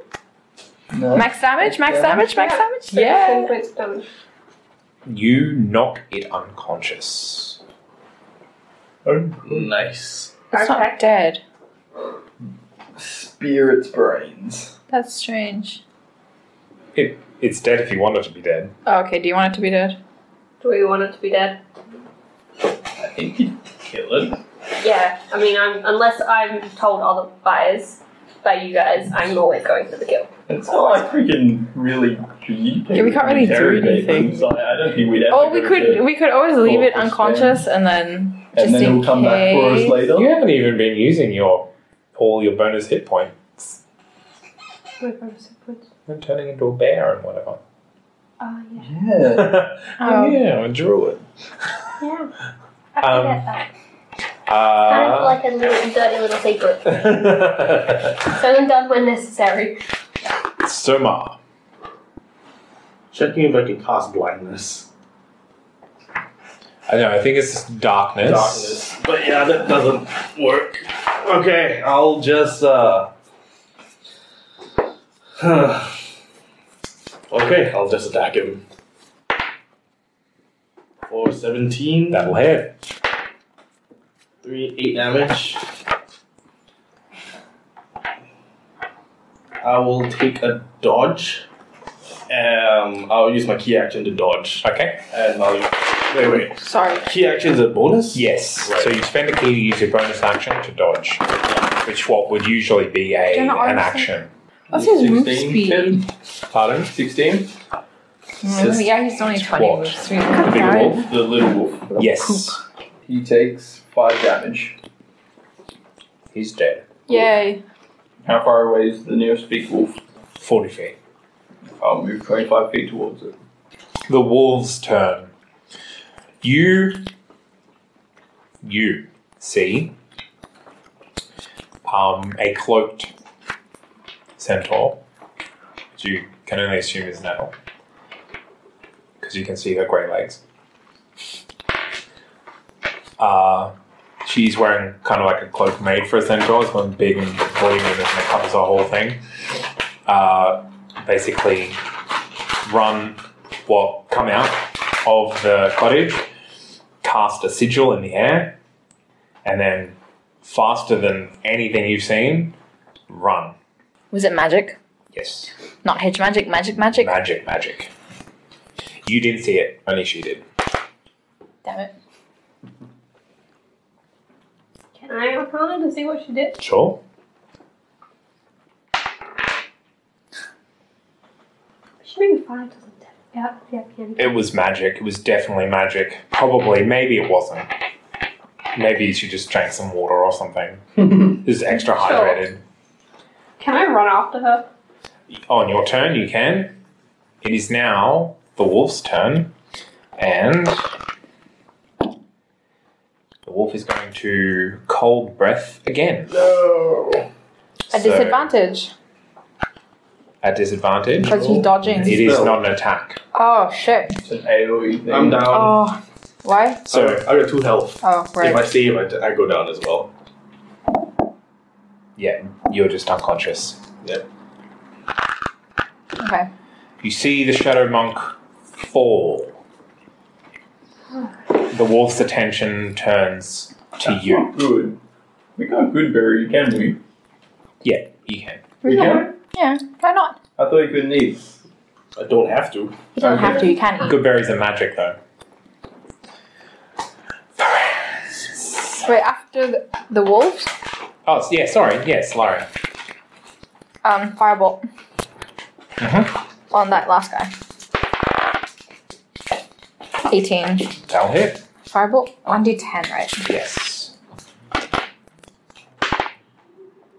S10: No.
S5: Max damage, max
S4: Yeah.
S5: damage, max damage?
S4: Seven
S5: Yeah.
S4: points of damage.
S1: You knock it unconscious.
S6: Oh,
S10: Nice.
S5: It's not dead.
S10: Spear its brains.
S5: That's strange.
S1: It, it's dead if you want it to be dead.
S5: Oh, okay, do you want it to be dead?
S4: Do we want it to be dead?
S10: I think you'd kill it.
S4: Yeah, I mean, I'm, unless I'm told otherwise by you guys, I'm always going for the kill.
S10: It's not like we can really communicate.
S5: Yeah, we can't
S10: with
S5: really do
S10: interrogate them,
S5: anything.
S10: so I I don't think we'd ever.
S5: Oh, we
S10: go
S5: could
S10: to-
S5: we could always leave it
S10: Focus,
S5: unconscious and then
S10: And
S5: just
S10: then
S5: in
S10: it'll come back for us
S5: case-
S10: later.
S1: You haven't even been using your all your bonus hit points. I'm turning into a bear and whatever.
S4: Oh, yeah.
S10: Yeah.
S1: oh, yeah, I drew it.
S4: Yeah.
S1: I forget Um,
S4: that. Kind of
S1: Uh,
S4: like a little dirty little
S1: [LAUGHS]
S4: secret. Seldom done when necessary.
S1: [LAUGHS] Soma.
S6: Checking if I can cast blindness.
S1: I know, I think it's darkness.
S6: Darkness. But yeah, that doesn't work. Okay, I'll just uh [SIGHS] Okay, I'll just attack him. For seventeen.
S1: That'll hit.
S6: Three eight damage. I will take a dodge. Um I'll use my key action to dodge.
S1: Okay.
S6: And I'll wait wait.
S5: Sorry.
S6: Key action is a bonus?
S1: Yes. So you spend a key to use your bonus action to dodge, which what would usually be a
S5: Don't know,
S1: an
S5: I
S1: action.
S5: What's his move
S10: 16
S5: speed?
S1: Pardon?
S10: 16?
S5: Mm, yeah, he's only 20
S1: Squat.
S5: move speed. God
S10: Big
S5: darn it.
S10: wolf, the little wolf.
S1: Yes.
S10: He takes 5 damage.
S1: He's dead.
S5: Yay.
S10: How far away is the nearest big wolf?
S1: Forty feet.
S10: I'll move 25 feet towards it.
S1: The wolves turn. You you see um, a cloaked centaur, which you can only assume is an adult, because you can see her grey legs. Uh, she's wearing kind of like a cloak made for a centaur. It's one big and gleaming and it covers the whole thing. Uh, basically, run what come out of the cottage, cast a sigil in the air, and then faster than anything you've seen, run.
S16: Was it magic?
S1: Yes.
S16: Not hedge magic, magic, magic?
S1: Magic, magic. You didn't see it, only she did.
S16: Damn it.
S4: Can I roll her to see what she did?
S1: Sure.
S4: She made me five doesn't it? Yep, yep, yep.
S1: It was magic. It was definitely magic. Probably, maybe it wasn't. Maybe she just drank some water or something. [LAUGHS] this is extra
S4: Sure.
S1: hydrated.
S4: Can I run after her?
S1: Oh, On your turn, you can. It is now the wolf's turn, and the wolf is going to cold breath again. No.
S5: A disadvantage.
S1: At disadvantage.
S5: Because
S10: Oh.
S5: he's dodging.
S1: It is not an attack.
S5: Oh shit.
S10: It's an AoE thing.
S3: I'm down.
S5: Oh. Why?
S3: So I got two health.
S5: Oh,
S3: If I
S5: right.
S3: save, I, I go down as well.
S1: Yeah, you're just unconscious.
S3: Yep.
S5: Okay.
S1: You see the shadow monk fall. The wolf's attention turns to you.
S10: Good. We got Goodberry, can we?
S1: Yeah, you can.
S10: We can?
S5: Yeah, why not?
S10: I thought you couldn't eat.
S3: I don't have to.
S5: You don't have to, you can eat.
S1: Good berries are magic, though.
S5: Wait, after the, the wolves,
S1: Oh, s- yeah, sorry. Yes, Larry.
S5: um, firebolt
S1: Mhm.
S5: on that last guy. 18.
S1: That'll hit.
S5: Firebolt? 1d10, right?
S1: Yes.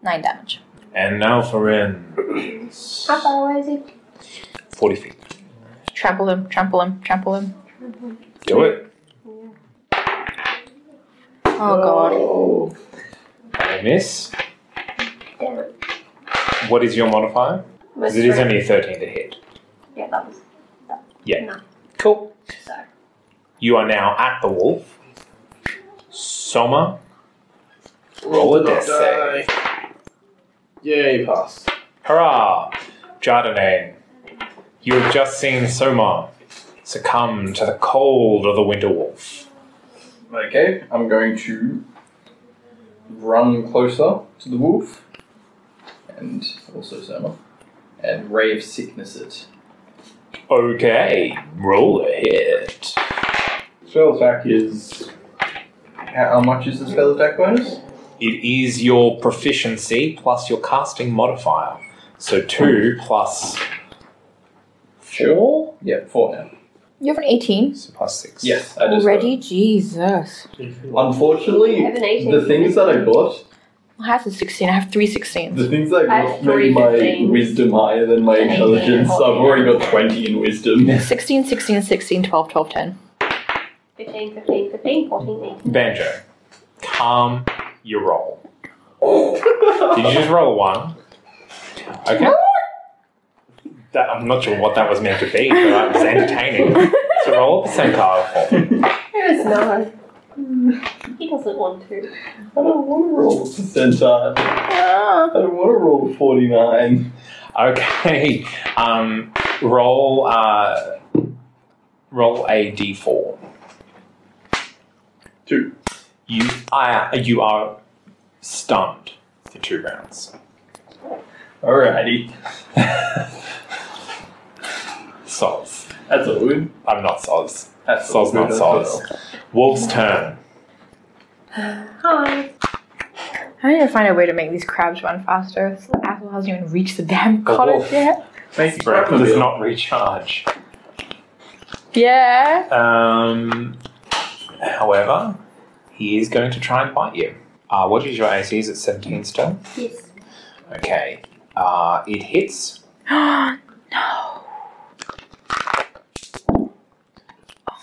S5: 9 damage.
S1: And now for in
S4: How far away is he?
S1: 40 feet.
S5: Trample him, trample him, trample him.
S1: Do it.
S5: Oh god.
S10: Oh.
S1: I miss.
S4: Damn it.
S1: What is your modifier? Because it is only a 13 to hit.
S4: Yeah, that was.
S1: Yeah.
S4: No.
S1: Cool.
S4: So.
S1: You are now at the wolf. Soma, roll a
S3: Not
S1: death save.
S3: die. Yay, pass.
S1: Hurrah! Jardinane, you have just seen Soma succumb to the cold of the winter wolf.
S10: Okay, I'm going to run closer to the wolf and also Soma and Ray of Sickness it.
S1: Okay, roll a hit.
S10: Spell attack is. How, how much is the spell attack bonus?
S1: It is your proficiency plus your casting modifier. So two plus four?
S10: Yeah, four now.
S16: You have an 18
S1: So plus six.
S10: Yes, I just. got
S16: already? Jesus.
S10: it. Unfortunately,
S13: I have an 18.
S10: the things that I got,
S16: I have a 16. I have three 16s.
S10: the things that
S13: I
S10: I
S13: have
S10: got
S13: three
S10: made my
S13: things.
S10: wisdom higher than my intelligence, so I've already got 20 in
S3: [LAUGHS]
S10: wisdom.
S16: 16, 16, 16, 12, 12, 10.
S13: 15, 15, 15, 14, 18.
S1: Banjo, calm your roll. Did you just roll a one? Okay. That, I'm not sure what that was meant to be, but that was entertaining. So roll a percentile for me.
S13: It's no. He doesn't want to.
S10: I don't want to roll a percentile.
S3: Ah.
S10: I don't want to roll a 49.
S1: Okay. Um, roll uh, roll a d4.
S10: Two.
S1: You are you are stunned for two rounds.
S10: Alrighty.
S1: Soz.
S10: That's all good.
S1: I'm not Soz.
S10: That's all
S1: Soz, not
S10: good as
S1: Soz. Wolf's turn.
S4: Hi.
S16: I need to find a way to make these crabs run faster. This little asshole hasn't even reached the damn
S1: The
S16: cottage
S1: wolf.
S16: yet.
S1: Thank Breath does not recharge.
S16: Yeah.
S1: Um, however, he is going to try and bite you. Uh, what is your AC? Is it 17 still?
S4: Yes.
S1: Okay. Uh, it hits.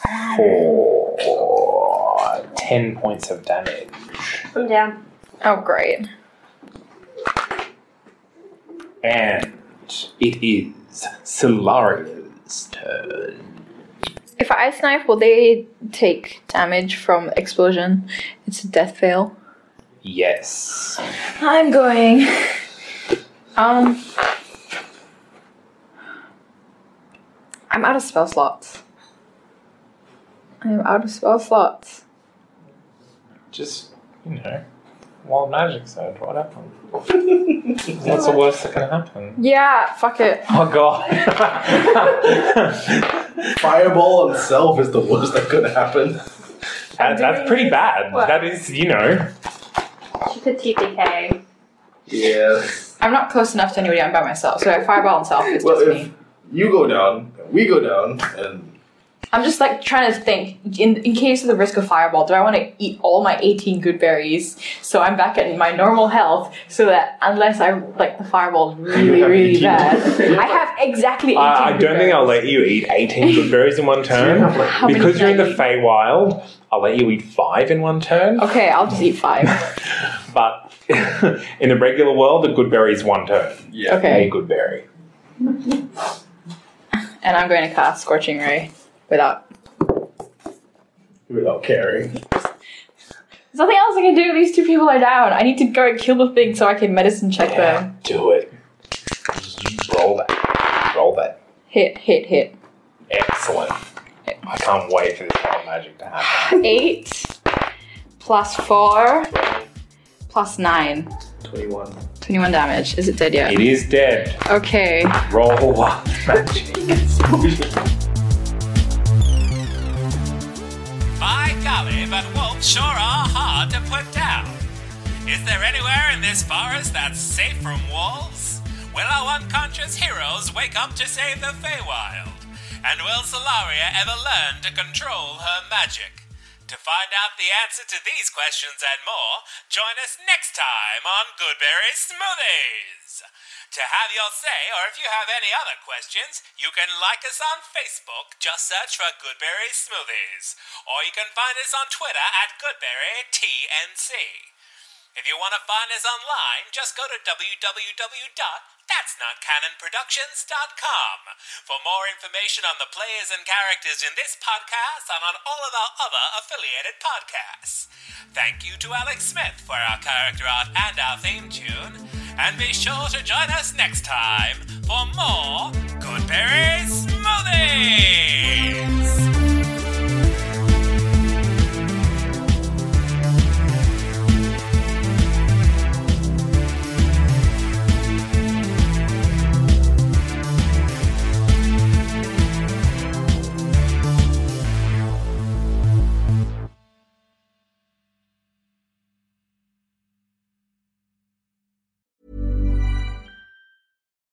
S1: no. For 10 points of damage.
S4: I'm down.
S16: Oh, great.
S1: And it is Solaria's turn.
S16: If I ice knife, will they take damage from explosion? It's a death fail.
S1: Yes.
S16: I'm going. Um. I'm out of spell slots. I'm out of spell slots.
S1: Just, you know, wild magic surge, what [LAUGHS] happened? What's the worst that can happen?
S16: Yeah, fuck it.
S1: Oh [LAUGHS] god.
S3: Fireball itself is the worst that could happen.
S1: That- that's pretty bad. That is, you know,
S13: She could TPK.
S3: Yeah.
S5: I'm not close enough to anybody. I'm by myself. So I fireball and self. It's
S3: well,
S5: just
S3: if
S5: me.
S3: you go down, we go down, and
S5: I'm just like trying to think. In, in case of the risk of fireball, do I want to eat all my 18 good berries so I'm back at my normal health? So that unless I like the
S1: [LAUGHS]
S5: fireball is really
S1: have
S5: really
S1: 18.
S5: bad, I have exactly 18.
S1: I, I
S5: good
S1: don't
S5: berries.
S1: think I'll let you eat 18 good berries in one turn.
S5: How many
S1: because
S5: can
S1: you're in
S5: I
S1: the Feywild, I'll let you eat five in one turn.
S5: Okay, I'll just eat five.
S1: But [LAUGHS] in the regular world, a good berry is one turn.
S3: Yeah.
S5: Okay.
S1: A good berry.
S5: and I'm going to cast Scorching Ray without.
S3: without caring.
S5: There's nothing else I can do. These two people are down. I need to go and kill the thing so I can medicine check them.
S1: Do it. Roll that. Roll that.
S5: Hit, hit, hit.
S1: Excellent. I can't wait for this kind of magic to happen.
S5: Eight plus four plus nine.
S3: 21.
S5: 21 damage. Is it dead yet?
S1: It is dead.
S5: Okay.
S1: Roll one magic.
S2: By golly, but wolves sure are hard to put down. Is there anywhere in this forest that's safe from wolves? Will our unconscious heroes wake up to save the Feywild? And will Solaria ever learn to control her magic? To find out the answer to these questions and more, join us next time on Goodberry Smoothies. To have your say, or if you have any other questions, you can like us on Facebook. Just search for Goodberry Smoothies. Or you can find us on Twitter at GoodberryTNC. If you want to find us online, just go to www.that'snotcanonproductions.com for more information on the players and characters in this podcast and on all of our other affiliated podcasts. Thank you to Alex Smith for our character art and our theme tune, and be sure to join us next time for more Goodberry Smoothies!